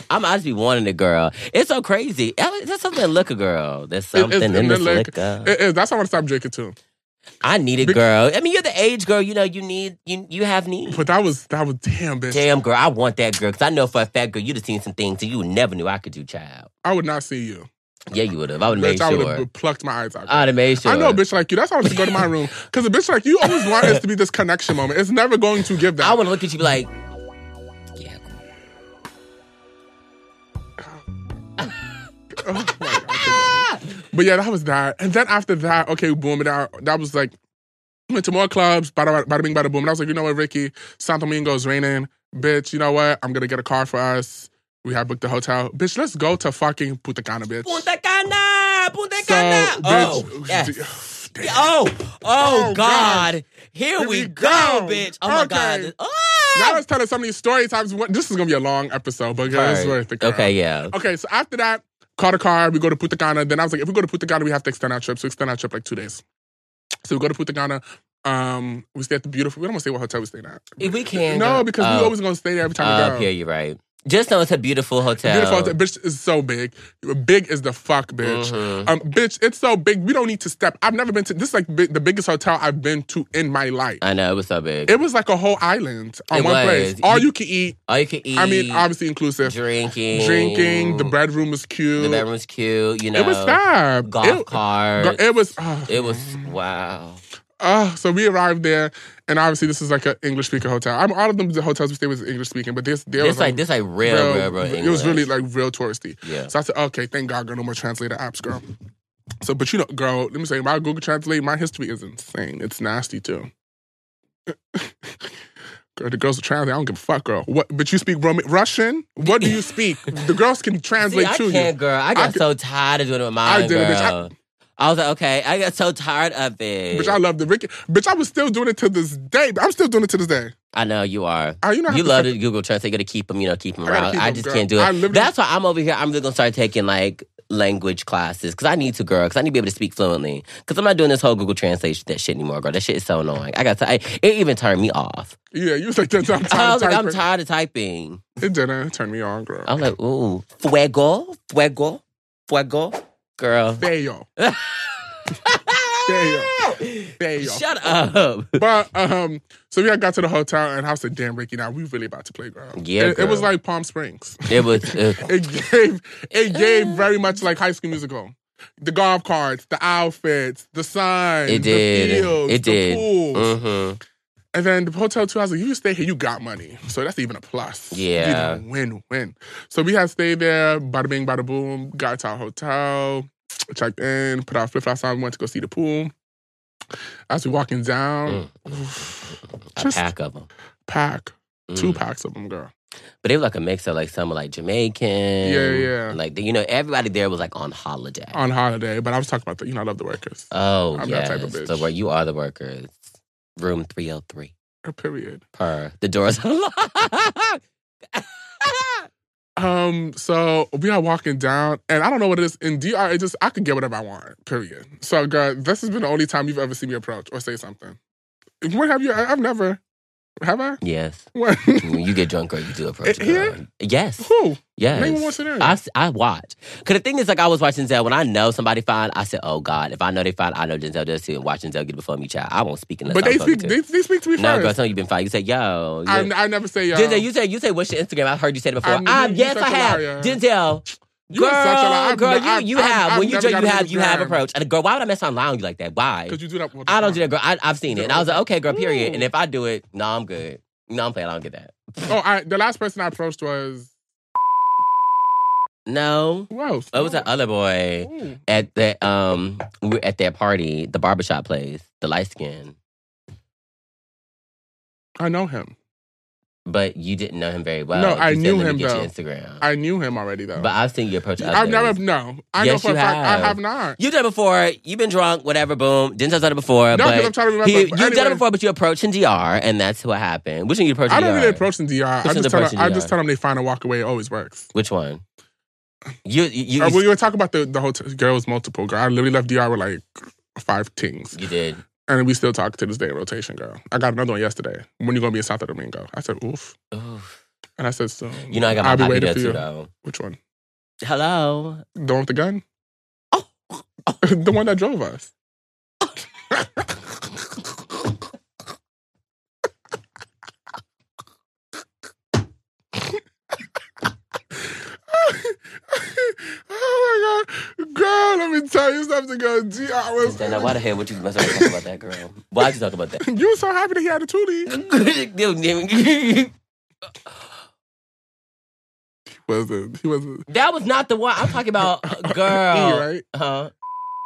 [SPEAKER 2] I'm I just be wanting a girl. It's so crazy. Ella, There's something in liquor, girl. There's
[SPEAKER 1] It- it's
[SPEAKER 2] something in
[SPEAKER 1] the
[SPEAKER 2] this
[SPEAKER 1] lick-
[SPEAKER 2] liquor.
[SPEAKER 1] It is. That's why I want to stop drinking too.
[SPEAKER 2] I need a
[SPEAKER 1] Bec-
[SPEAKER 2] girl. I mean, you're the age girl. You know, you need you you have needs.
[SPEAKER 1] But that was that was damn bitch.
[SPEAKER 2] Damn, girl, I want that girl because I know for a fact, girl, you'd have seen some things that you never knew I could do, child.
[SPEAKER 1] I would not see you.
[SPEAKER 2] Yeah, you would have. I would have
[SPEAKER 1] Bitch,
[SPEAKER 2] made
[SPEAKER 1] I would
[SPEAKER 2] sure.
[SPEAKER 1] have plucked my eyes out.
[SPEAKER 2] I'd have made sure.
[SPEAKER 1] I know a bitch like you. That's why I want to go to my room. Because a bitch like you always want us to be this connection moment. It's never going to give
[SPEAKER 2] I
[SPEAKER 1] that.
[SPEAKER 2] want to look at you, be like, yeah.
[SPEAKER 1] Oh my God, I couldn't. but yeah, that was that. And then after that, okay, boom, it out. That was like, went to more clubs, bada, bada bing, bada boom. And I was like, you know what, Ricky? Santo Domingo's raining. Bitch, you know what? I'm going to get a car for us. We have booked the hotel. Bitch, let's go to fucking Putacana, bitch.
[SPEAKER 2] Punta Cana, Punta
[SPEAKER 1] So,
[SPEAKER 2] Cana.
[SPEAKER 1] bitch,
[SPEAKER 2] oh, yes.
[SPEAKER 1] Damn.
[SPEAKER 2] Oh, oh,
[SPEAKER 1] Oh,
[SPEAKER 2] God.
[SPEAKER 1] God. Here
[SPEAKER 2] Here, we
[SPEAKER 1] we
[SPEAKER 2] go,
[SPEAKER 1] go.
[SPEAKER 2] bitch. Oh my
[SPEAKER 1] Okay.
[SPEAKER 2] God. Ah!
[SPEAKER 1] Now let's tell us some of these story times. What- This is gonna be a long episode, but girl, it's
[SPEAKER 2] Alright.
[SPEAKER 1] worth it. girl.
[SPEAKER 2] Okay, yeah.
[SPEAKER 1] Okay, so after that, caught a car. We go to Putacana. Then I was like, if we go to Putacana, we have to extend our trip. So we extend our trip like two days. So we go to Putacana. Um, we stay at the beautiful. We don't want to say what hotel we stayed at.
[SPEAKER 2] If we can.
[SPEAKER 1] No,
[SPEAKER 2] go-
[SPEAKER 1] because
[SPEAKER 2] oh,
[SPEAKER 1] we always gonna stay there every time
[SPEAKER 2] Up
[SPEAKER 1] we go.
[SPEAKER 2] here, you're right. Just know it's a beautiful hotel.
[SPEAKER 1] Beautiful hotel. Bitch is so big. Big is the fuck, bitch.
[SPEAKER 2] Mhm.
[SPEAKER 1] Um, bitch, it's so big. We don't need to step. I've never been to this. Is like big, the biggest hotel I've been to in my life.
[SPEAKER 2] I know, it was so big.
[SPEAKER 1] It was like a whole island on
[SPEAKER 2] It
[SPEAKER 1] one
[SPEAKER 2] was.
[SPEAKER 1] place. All you can eat.
[SPEAKER 2] All you could eat.
[SPEAKER 1] I mean, obviously inclusive.
[SPEAKER 2] drinking.
[SPEAKER 1] Drinking. The bedroom was cute.
[SPEAKER 2] The bedroom's cute, you know.
[SPEAKER 1] It was fab.
[SPEAKER 2] Golf
[SPEAKER 1] it,
[SPEAKER 2] cart.
[SPEAKER 1] girl, it was. Oh,
[SPEAKER 2] It was wow.
[SPEAKER 1] oh, so we arrived there, and obviously this is like an English speaking hotel. I'm all of them the hotels we stayed was English speaking, but this there
[SPEAKER 2] This
[SPEAKER 1] was
[SPEAKER 2] like this like real, real, real,
[SPEAKER 1] it was really
[SPEAKER 2] English.
[SPEAKER 1] like real touristy.
[SPEAKER 2] yeah.
[SPEAKER 1] So I said, okay, thank God, girl, no more translator apps, girl. So, but you know, girl, let me say, my Google Translate, my history is insane. It's nasty too. girl, the girls are translate. I don't give a fuck, girl. What? But you speak Roman, Russian? What do you speak? the girls can
[SPEAKER 2] See,
[SPEAKER 1] translate
[SPEAKER 2] I
[SPEAKER 1] to
[SPEAKER 2] can't,
[SPEAKER 1] you.
[SPEAKER 2] girl. I got
[SPEAKER 1] could-
[SPEAKER 2] so tired of doing it with mine,
[SPEAKER 1] I did it, bitch. I-
[SPEAKER 2] girl. I, was like, okay, I got so tired of it.
[SPEAKER 1] Bitch, I love the Ricky. Bitch, I was still doing it to this day. I'm still doing it to this day.
[SPEAKER 2] I know you are.
[SPEAKER 1] Oh, you know,
[SPEAKER 2] You love it, Google Translate. You gotta keep them, you know, keep them
[SPEAKER 1] I gotta
[SPEAKER 2] around.
[SPEAKER 1] keep
[SPEAKER 2] I
[SPEAKER 1] 'em,
[SPEAKER 2] just
[SPEAKER 1] girl.
[SPEAKER 2] can't do it.
[SPEAKER 1] I literally-
[SPEAKER 2] That's why I'm over here. I'm really gonna start taking like language classes because I need to, girl. Because I need to be able to speak fluently. Because I'm not doing this whole Google Translate sh- that shit anymore, girl. That shit is so annoying. I got to. I, it even turned me off.
[SPEAKER 1] Yeah, you was like, I'm tired.
[SPEAKER 2] I
[SPEAKER 1] of
[SPEAKER 2] was like, I'm
[SPEAKER 1] typing.
[SPEAKER 2] tired of typing.
[SPEAKER 1] It didn't turn me on, girl.
[SPEAKER 2] I'm like, ooh, fuego, fuego, fuego, girl.
[SPEAKER 1] Fail. Fail.
[SPEAKER 2] Shut up.
[SPEAKER 1] But um, so we had got to the hotel and I was like, damn, Ricky, now we really about to play, girl.
[SPEAKER 2] Yeah,
[SPEAKER 1] It, it was
[SPEAKER 2] girl.
[SPEAKER 1] like Palm Springs.
[SPEAKER 2] It was. uh,
[SPEAKER 1] It gave it gave very much like High School Musical. The golf carts, the outfits, the signs,
[SPEAKER 2] it did.
[SPEAKER 1] the fields,
[SPEAKER 2] it
[SPEAKER 1] the
[SPEAKER 2] did.
[SPEAKER 1] pools.
[SPEAKER 2] hmm
[SPEAKER 1] And then the hotel too, I was like, you stay here, you got money. So that's even a plus.
[SPEAKER 2] Yeah.
[SPEAKER 1] You know, Win, win. So we had stayed there, bada bing, bada boom, got to our hotel, checked in, put our flip flops on, went to go see the pool. As we walking
[SPEAKER 2] Mm.
[SPEAKER 1] down, oof,
[SPEAKER 2] A
[SPEAKER 1] Just-
[SPEAKER 2] pack of them.
[SPEAKER 1] pack,
[SPEAKER 2] Mm.
[SPEAKER 1] two packs of them, girl.
[SPEAKER 2] But it was like a mix of like some were like Jamaican.
[SPEAKER 1] Yeah, yeah.
[SPEAKER 2] Like you know, everybody there was like on holiday.
[SPEAKER 1] On holiday, but I was talking about the, you know, I love the workers.
[SPEAKER 2] oh
[SPEAKER 1] I'm
[SPEAKER 2] yes,
[SPEAKER 1] that type of bitch.
[SPEAKER 2] so where you are the workers, room three hundred three.
[SPEAKER 1] Uh, Period.
[SPEAKER 2] Per the doors unlocked.
[SPEAKER 1] Um, so we are walking down, and I don't know what it is. In DR, it just I can get whatever I want. Period. So, girl, this has been the only time you've ever seen me approach or say something. What have you? I- I've never. Have I?
[SPEAKER 2] yes,
[SPEAKER 1] What?
[SPEAKER 2] when you get drunk, girl, you do approach
[SPEAKER 1] Eh,
[SPEAKER 2] a girl.
[SPEAKER 1] here?
[SPEAKER 2] Yes,
[SPEAKER 1] Who?
[SPEAKER 2] yes.
[SPEAKER 1] Name one more scenario.
[SPEAKER 2] I, s- I watch. Cause the thing is, like I was watching Zell. When I know somebody fine, I said, "Oh God!" If I know they fine, I know Denzel does too. And watching Zell get before me, child, I won't speak unless
[SPEAKER 1] but
[SPEAKER 2] I'm
[SPEAKER 1] they
[SPEAKER 2] spoken
[SPEAKER 1] speak.
[SPEAKER 2] to.
[SPEAKER 1] They, they speak to me
[SPEAKER 2] no, girl,
[SPEAKER 1] first.
[SPEAKER 2] some you've been fine. You say, "Yo,
[SPEAKER 1] I,
[SPEAKER 2] yeah."
[SPEAKER 1] I never say um, y'all.
[SPEAKER 2] Denzel, you said you said what's your Instagram? I've heard you say it before.
[SPEAKER 1] I'm-
[SPEAKER 2] Ah,
[SPEAKER 1] you- you
[SPEAKER 2] yes,
[SPEAKER 1] such
[SPEAKER 2] I
[SPEAKER 1] a
[SPEAKER 2] have.
[SPEAKER 1] liar.
[SPEAKER 2] Denzel,
[SPEAKER 1] You
[SPEAKER 2] girl,
[SPEAKER 1] are such a liar. I've
[SPEAKER 2] girl,
[SPEAKER 1] ne- I've-
[SPEAKER 2] you you
[SPEAKER 1] I've-
[SPEAKER 2] have
[SPEAKER 1] I've
[SPEAKER 2] when you
[SPEAKER 1] never
[SPEAKER 2] drunk, you
[SPEAKER 1] got a
[SPEAKER 2] have you have
[SPEAKER 1] Instagram.
[SPEAKER 2] approach. And girl, why would I mess around you like that? Why?
[SPEAKER 1] Because you do that. all the
[SPEAKER 2] I don't do
[SPEAKER 1] time.
[SPEAKER 2] that, girl. I, I've seen it, and I was like, okay, girl, period.
[SPEAKER 1] Ooh.
[SPEAKER 2] And if I do it, no, I'm good. No, I'm playing. I don't get that.
[SPEAKER 1] Oh, I, the last person I approached was
[SPEAKER 2] No,
[SPEAKER 1] who else?
[SPEAKER 2] it was that other boy.
[SPEAKER 1] Ooh.
[SPEAKER 2] at that um we were at that party, the barbershop place, the light skin.
[SPEAKER 1] I know him.
[SPEAKER 2] But you didn't know him very well.
[SPEAKER 1] No,
[SPEAKER 2] You
[SPEAKER 1] I
[SPEAKER 2] said,
[SPEAKER 1] knew
[SPEAKER 2] "Let me
[SPEAKER 1] him,
[SPEAKER 2] get your
[SPEAKER 1] though.
[SPEAKER 2] Instagram.
[SPEAKER 1] I knew him already though.
[SPEAKER 2] but I've seen you approach others.
[SPEAKER 1] I've never. No, I know
[SPEAKER 2] Yes,
[SPEAKER 1] for a
[SPEAKER 2] you
[SPEAKER 1] fact
[SPEAKER 2] have.
[SPEAKER 1] I have not.
[SPEAKER 2] You've done it before. You've been drunk, whatever. Boom. Didn't tell done it before.
[SPEAKER 1] No, because I'm
[SPEAKER 2] but
[SPEAKER 1] trying to remember.
[SPEAKER 2] he,
[SPEAKER 1] But
[SPEAKER 2] you've done it
[SPEAKER 1] anyway.
[SPEAKER 2] before, but you approached in DR, and that's what happened. Which one you approached?
[SPEAKER 1] I
[SPEAKER 2] in
[SPEAKER 1] don't
[SPEAKER 2] DR?
[SPEAKER 1] really approach in DR. I
[SPEAKER 2] This is
[SPEAKER 1] just, tell
[SPEAKER 2] approach
[SPEAKER 1] them,
[SPEAKER 2] in
[SPEAKER 1] I
[SPEAKER 2] DR.
[SPEAKER 1] just tell them they find a walk away. It always works.
[SPEAKER 2] Which one? You you
[SPEAKER 1] Uh,
[SPEAKER 2] you,
[SPEAKER 1] we were talking about the, the hotel girls multiple. Girl, I literally left DR with like five things,
[SPEAKER 2] you did.
[SPEAKER 1] and we still talk to this day in rotation. Girl, I got another one yesterday. When you gonna be in Santo Domingo? I said oof,
[SPEAKER 2] Oof.
[SPEAKER 1] and I said so.
[SPEAKER 2] You know I got my
[SPEAKER 1] I'll be
[SPEAKER 2] poppy
[SPEAKER 1] waiting
[SPEAKER 2] there
[SPEAKER 1] for
[SPEAKER 2] too
[SPEAKER 1] you.
[SPEAKER 2] though.
[SPEAKER 1] Which one?
[SPEAKER 2] Hello.
[SPEAKER 1] The one with the gun?
[SPEAKER 2] Oh.
[SPEAKER 1] the one that drove us. oh my god, girl! Let me tell you something, girl. DR was.
[SPEAKER 2] Now, why the hell would you mess around and talk about that girl? Why'd you talk about that?
[SPEAKER 1] You were so happy that he had a tootie.
[SPEAKER 2] Hmm? that
[SPEAKER 1] Wasn't he? Wasn't
[SPEAKER 2] was not the one I'm talking about, uh,
[SPEAKER 1] he?
[SPEAKER 2] girl.
[SPEAKER 1] Right?
[SPEAKER 2] Huh?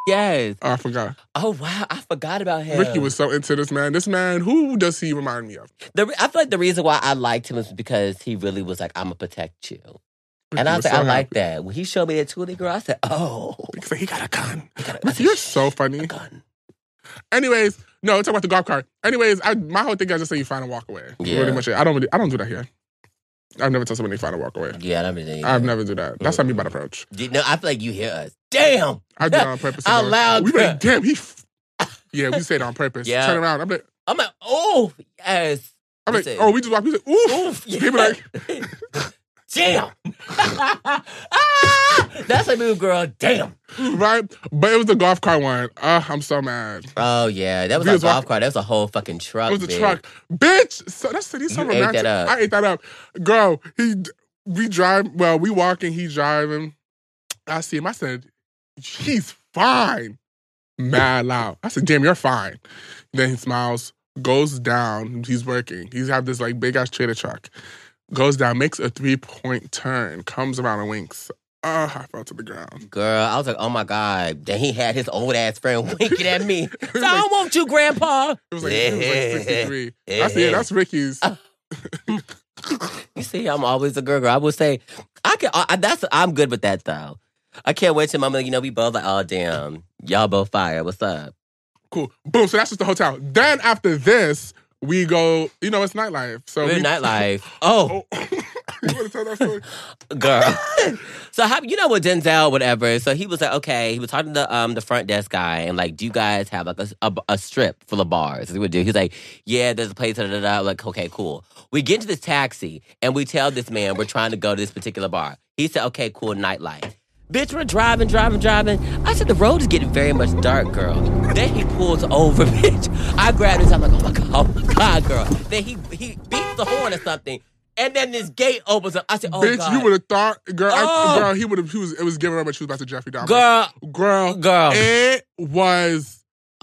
[SPEAKER 2] Yes.
[SPEAKER 1] Oh, I forgot.
[SPEAKER 2] Oh wow, I forgot about him.
[SPEAKER 1] Ricky was so into this man. This man, who does he remind me of?
[SPEAKER 2] The re- I feel like the reason why I liked him is because he really was like, "I'm gonna protect you," and
[SPEAKER 1] Ricky
[SPEAKER 2] I was like,
[SPEAKER 1] so
[SPEAKER 2] "I like
[SPEAKER 1] happy.
[SPEAKER 2] that." When he showed me that Tootie girl, I said, "Oh,
[SPEAKER 1] He's like, he got a gun.
[SPEAKER 2] I gotta- I
[SPEAKER 1] Ricky,
[SPEAKER 2] said,
[SPEAKER 1] You're
[SPEAKER 2] "Shh,
[SPEAKER 1] so funny.
[SPEAKER 2] gun."
[SPEAKER 1] Anyways, no, talk about the golf cart. Anyways, I, my whole thing I just say you find and walk away.
[SPEAKER 2] Yeah.
[SPEAKER 1] Pretty much it. I don't really, I don't do that here. I've never told somebody to find and walk away.
[SPEAKER 2] Yeah, I haven't done
[SPEAKER 1] I've never do that. That's not me by approach.
[SPEAKER 2] You know, I feel like you hear us. Damn.
[SPEAKER 1] I do it on purpose.
[SPEAKER 2] Out loud.
[SPEAKER 1] We be like, damn, he. F-. Yeah, we say it on purpose.
[SPEAKER 2] Yeah.
[SPEAKER 1] Turn around. I'm like,
[SPEAKER 2] I'm like, oh yes.
[SPEAKER 1] I'm
[SPEAKER 2] We
[SPEAKER 1] like,
[SPEAKER 2] say it.
[SPEAKER 1] oh, we just walk. We say, oof.
[SPEAKER 2] Oof.
[SPEAKER 1] He be like,
[SPEAKER 2] damn. ah, that's a move, girl. Damn.
[SPEAKER 1] right? But it was the golf cart one. Ugh, I'm so mad.
[SPEAKER 2] Oh yeah, that was
[SPEAKER 1] We
[SPEAKER 2] a
[SPEAKER 1] was
[SPEAKER 2] golf
[SPEAKER 1] walking-
[SPEAKER 2] cart. That was a whole fucking truck.
[SPEAKER 1] It was the
[SPEAKER 2] bitch.
[SPEAKER 1] truck, bitch. So that's city's so
[SPEAKER 2] You ate that
[SPEAKER 1] romantic.
[SPEAKER 2] up.
[SPEAKER 1] I ate that up, girl. He, we drive. Well, we walking. He driving. I see him. I said, he's fine. Mad loud. I said, damn, you're fine. Then he smiles, goes down. He's working. He's have this like big ass trailer truck. Goes down, makes a three point turn, comes around and winks. Ugh, I fell to the ground.
[SPEAKER 2] Girl, I was like, oh my God. Then he had his old ass friend winking at me.
[SPEAKER 1] It
[SPEAKER 2] So
[SPEAKER 1] was
[SPEAKER 2] I
[SPEAKER 1] like,
[SPEAKER 2] don't want you, Grandpa.
[SPEAKER 1] it was like, it was like 63. I said, yeah, that's Ricky's.
[SPEAKER 2] You see, I'm always a girl girl. I will say, I can. I, I- that's I'm good with that though. I can't wait till mama. You know, we both like, oh damn, y'all both fire. What's up?
[SPEAKER 1] Cool. Boom. So that's just the hotel. Then after this, we go, you know, it's nightlife. So
[SPEAKER 2] Good
[SPEAKER 1] we,
[SPEAKER 2] nightlife. Oh,
[SPEAKER 1] Oh, you want to tell that story?
[SPEAKER 2] girl. so how you know with Denzel, whatever. So he was like, okay, he was talking to um the front desk guy and like, do you guys have like a, a, a strip full of bars? He would do. He's like, yeah, there's a place. Da, da, da. I'm Like, okay, cool. We get into this taxi and we tell this man we're trying to go to this particular bar. He said, okay, cool, nightlife. Bitch, we're driving, driving, driving. I said, the road is getting very much dark, girl. Then he pulls over, bitch. I grabbed his, I'm like, oh my God, oh my God, girl. Then he he beats the horn or something. And then this gate opens up. I said, oh
[SPEAKER 1] Bitch,
[SPEAKER 2] God.
[SPEAKER 1] you would have thought, girl,
[SPEAKER 2] Oh.
[SPEAKER 1] I, girl, he would have, he was, it was giving up, but she was about to Jeffrey Dahmer.
[SPEAKER 2] Girl,
[SPEAKER 1] girl,
[SPEAKER 2] girl.
[SPEAKER 1] it was.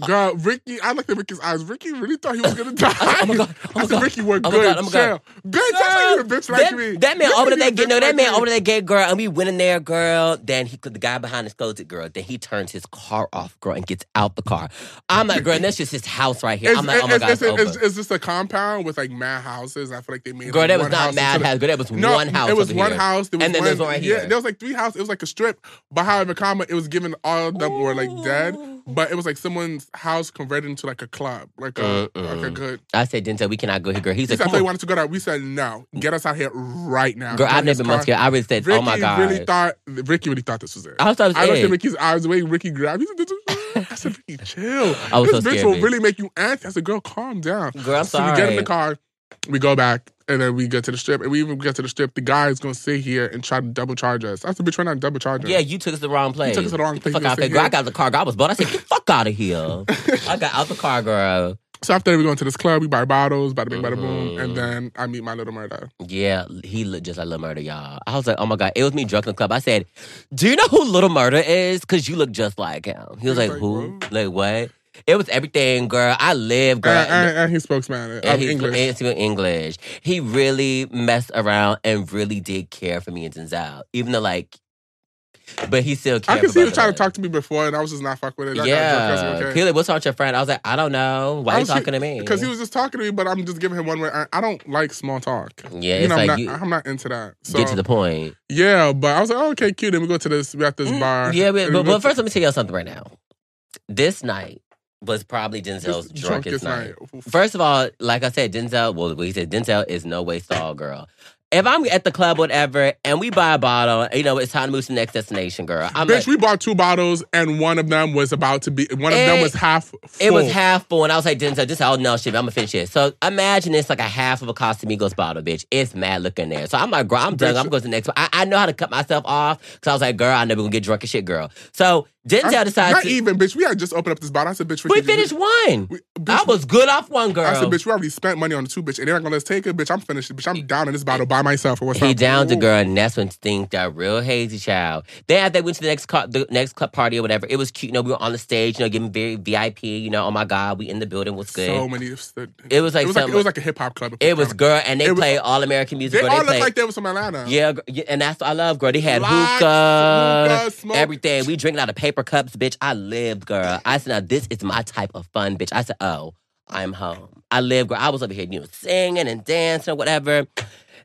[SPEAKER 1] Girl, Ricky, I looked at Ricky's eyes. Ricky really thought he was gonna die.
[SPEAKER 2] oh my God, oh my
[SPEAKER 1] I said,
[SPEAKER 2] God,
[SPEAKER 1] Ricky, we're
[SPEAKER 2] oh my
[SPEAKER 1] good.
[SPEAKER 2] God, oh my God.
[SPEAKER 1] Chill. Bitch, that's how you a bitch like
[SPEAKER 2] that,
[SPEAKER 1] me.
[SPEAKER 2] that man
[SPEAKER 1] That's how
[SPEAKER 2] opened
[SPEAKER 1] you a
[SPEAKER 2] that gate.
[SPEAKER 1] bitch
[SPEAKER 2] No, that
[SPEAKER 1] like
[SPEAKER 2] man
[SPEAKER 1] me.
[SPEAKER 2] opened that gate, girl, and we went in there, girl. Then he, the guy behind us closed it, girl. Then he turns his car off, girl, and gets out the car. I'm like, girl, and that's just his house right here.
[SPEAKER 1] It's,
[SPEAKER 2] I'm like, oh my
[SPEAKER 1] it's,
[SPEAKER 2] god, it's,
[SPEAKER 1] it's, it's,
[SPEAKER 2] over.
[SPEAKER 1] it's, just a compound with like mad houses. I feel like they made.
[SPEAKER 2] girl,
[SPEAKER 1] like,
[SPEAKER 2] that was
[SPEAKER 1] one
[SPEAKER 2] not
[SPEAKER 1] house
[SPEAKER 2] mad
[SPEAKER 1] instead of-
[SPEAKER 2] house. Girl, that was
[SPEAKER 1] No,
[SPEAKER 2] one house.
[SPEAKER 1] It was
[SPEAKER 2] over
[SPEAKER 1] one
[SPEAKER 2] here.
[SPEAKER 1] house. There was
[SPEAKER 2] And then
[SPEAKER 1] one,
[SPEAKER 2] there's one right
[SPEAKER 1] yeah,
[SPEAKER 2] here.
[SPEAKER 1] There was like three houses. It was like a strip, but however, comma, it was given all of them were like dead.
[SPEAKER 2] Ooh.
[SPEAKER 1] But it was like someone's house converted into like a club, like a
[SPEAKER 2] Mm-mm.
[SPEAKER 1] like a good.
[SPEAKER 2] I said, Denzel, we cannot go here, girl. He's
[SPEAKER 1] He
[SPEAKER 2] like,
[SPEAKER 1] said, I
[SPEAKER 2] come
[SPEAKER 1] thought you
[SPEAKER 2] on.
[SPEAKER 1] wanted to go there. We said no. Get us out here right now.
[SPEAKER 2] girl. I've
[SPEAKER 1] Turned his
[SPEAKER 2] never been more
[SPEAKER 1] car-
[SPEAKER 2] scared. I really said,
[SPEAKER 1] Ricky
[SPEAKER 2] oh my god.
[SPEAKER 1] really thought Ricky really thought this was it.
[SPEAKER 2] I was thought it
[SPEAKER 1] I
[SPEAKER 2] was
[SPEAKER 1] looked at
[SPEAKER 2] it.
[SPEAKER 1] Ricky's eyes the way Ricky grabbed. He said, "This is-" I said, Ricky, chill.
[SPEAKER 2] I was
[SPEAKER 1] this
[SPEAKER 2] so
[SPEAKER 1] bitch
[SPEAKER 2] scared,
[SPEAKER 1] will
[SPEAKER 2] bitch.
[SPEAKER 1] really make you antsy. I said, girl, calm down.
[SPEAKER 2] Girl, I'm
[SPEAKER 1] So we get in
[SPEAKER 2] sorry.
[SPEAKER 1] the car, we go back, and then we get to the strip. And we even get to the strip. The guy is going to sit here and try to double charge us. I said, bitch, we're not double charging.
[SPEAKER 2] Yeah, you took us to the wrong place.
[SPEAKER 1] took us to the wrong
[SPEAKER 2] Get
[SPEAKER 1] place.
[SPEAKER 2] Fuck
[SPEAKER 1] You
[SPEAKER 2] out
[SPEAKER 1] said
[SPEAKER 2] there, girl. I
[SPEAKER 1] here.
[SPEAKER 2] got out the car. Girl, I was butt. I said, get the fuck out of here. I got out the car, girl.
[SPEAKER 1] So after that, we go into this club, we buy bottles, bada bing, bada boom.
[SPEAKER 2] Mhm.
[SPEAKER 1] And then I meet my little murder.
[SPEAKER 2] Yeah, he looked just like Little Murder, y'all. I was like, oh my God. It was me drunk in the club. I said, do you know who Little Murder is? Because you look just like him. He was
[SPEAKER 1] He's
[SPEAKER 2] like,
[SPEAKER 1] like,
[SPEAKER 2] who? Like, what? It was everything, girl. I live, girl.
[SPEAKER 1] And, and, and he spoke Spanish.
[SPEAKER 2] And
[SPEAKER 1] Uh, I'm
[SPEAKER 2] he's
[SPEAKER 1] English.
[SPEAKER 2] and speaking English. He really messed around and really did care for me and Denzel. Even though, like, but he still cared.
[SPEAKER 1] I could
[SPEAKER 2] for
[SPEAKER 1] see he was
[SPEAKER 2] both of
[SPEAKER 1] trying to
[SPEAKER 2] us.
[SPEAKER 1] talk to me before, and I was just not fuck with it. I got drunk, I
[SPEAKER 2] Yeah.
[SPEAKER 1] was okay.
[SPEAKER 2] He was like, what's wrong with your friend? I was like, I don't know. Why
[SPEAKER 1] I
[SPEAKER 2] are you
[SPEAKER 1] was-
[SPEAKER 2] talking to me?
[SPEAKER 1] Because he was just talking to me, but I'm just giving him one way. I, I don't like small talk.
[SPEAKER 2] Yeah,
[SPEAKER 1] you
[SPEAKER 2] it's
[SPEAKER 1] know, I'm,
[SPEAKER 2] like
[SPEAKER 1] not,
[SPEAKER 2] you
[SPEAKER 1] I'm not into that. So,
[SPEAKER 2] get to the point.
[SPEAKER 1] yeah, but I was like, oh, okay, cute. And we go to this, we at this bar.
[SPEAKER 2] Mm, Yeah, but,
[SPEAKER 1] And
[SPEAKER 2] but,
[SPEAKER 1] we go
[SPEAKER 2] but
[SPEAKER 1] to
[SPEAKER 2] first, let me tell y'all something right now. This night was probably Denzel's
[SPEAKER 1] this
[SPEAKER 2] drunkest night.
[SPEAKER 1] night.
[SPEAKER 2] First of all, like I said, Denzel. Well, he said Denzel is no waste all girl. If I'm at the club, whatever, and we buy a bottle, you know, it's time to move to the next destination, girl. I'm
[SPEAKER 1] Bitch,
[SPEAKER 2] like,
[SPEAKER 1] we bought two bottles, and one of them was about to be, one of
[SPEAKER 2] It-
[SPEAKER 1] them was half full.
[SPEAKER 2] Eh, It was half full, and I was like, Denzel, just oh no, shit, I'm gonna finish it. So imagine it's like a half of a Casamigos bottle, bitch. It's mad looking there. So I'm like, girl, I'm done.
[SPEAKER 1] Bitch.
[SPEAKER 2] I'm going to the next one. I, I know how to cut myself off because I was like, girl, I never gonna get drunk as shit, girl. So Denzel
[SPEAKER 1] I-
[SPEAKER 2] decided
[SPEAKER 1] Not
[SPEAKER 2] to.
[SPEAKER 1] even, bitch. We had just opened up this bottle. I said, bitch,
[SPEAKER 2] we
[SPEAKER 1] Ricky,
[SPEAKER 2] finished one.
[SPEAKER 1] we-
[SPEAKER 2] I
[SPEAKER 1] bitch,
[SPEAKER 2] was good off one, girl.
[SPEAKER 1] I said, bitch, we already spent money on the two, bitch, and they're not gonna let's take it, bitch. I'm finished, bitch. I'm down in this bottle by myself. Or what's
[SPEAKER 2] He
[SPEAKER 1] up?
[SPEAKER 2] downed the
[SPEAKER 1] Ooh.
[SPEAKER 2] girl, and that's when things got real hazy, child. Then after they went to the next car, the next club party or whatever, it was cute. You know, we were on the stage, you know, getting very VIP. You know, oh my god, we in the building, what's good?
[SPEAKER 1] So many. It was like
[SPEAKER 2] it was like
[SPEAKER 1] it was like,
[SPEAKER 2] something-
[SPEAKER 1] a hip hop club.
[SPEAKER 2] It was girl, and they
[SPEAKER 1] It was-
[SPEAKER 2] play all American music.
[SPEAKER 1] They
[SPEAKER 2] girl.
[SPEAKER 1] all looked
[SPEAKER 2] they play,
[SPEAKER 1] like they was from Atlanta.
[SPEAKER 2] yeah, gr- yeah, and that's what I love, girl. They had
[SPEAKER 1] Lots,
[SPEAKER 2] hookah,
[SPEAKER 1] hookah, smoke.
[SPEAKER 2] everything. We drinking out of paper cups, bitch. I lived, girl. I said, now this is my type of fun, bitch. I said, oh, I'm home. I live, girl. I was over here, you know, singing and dancing, whatever.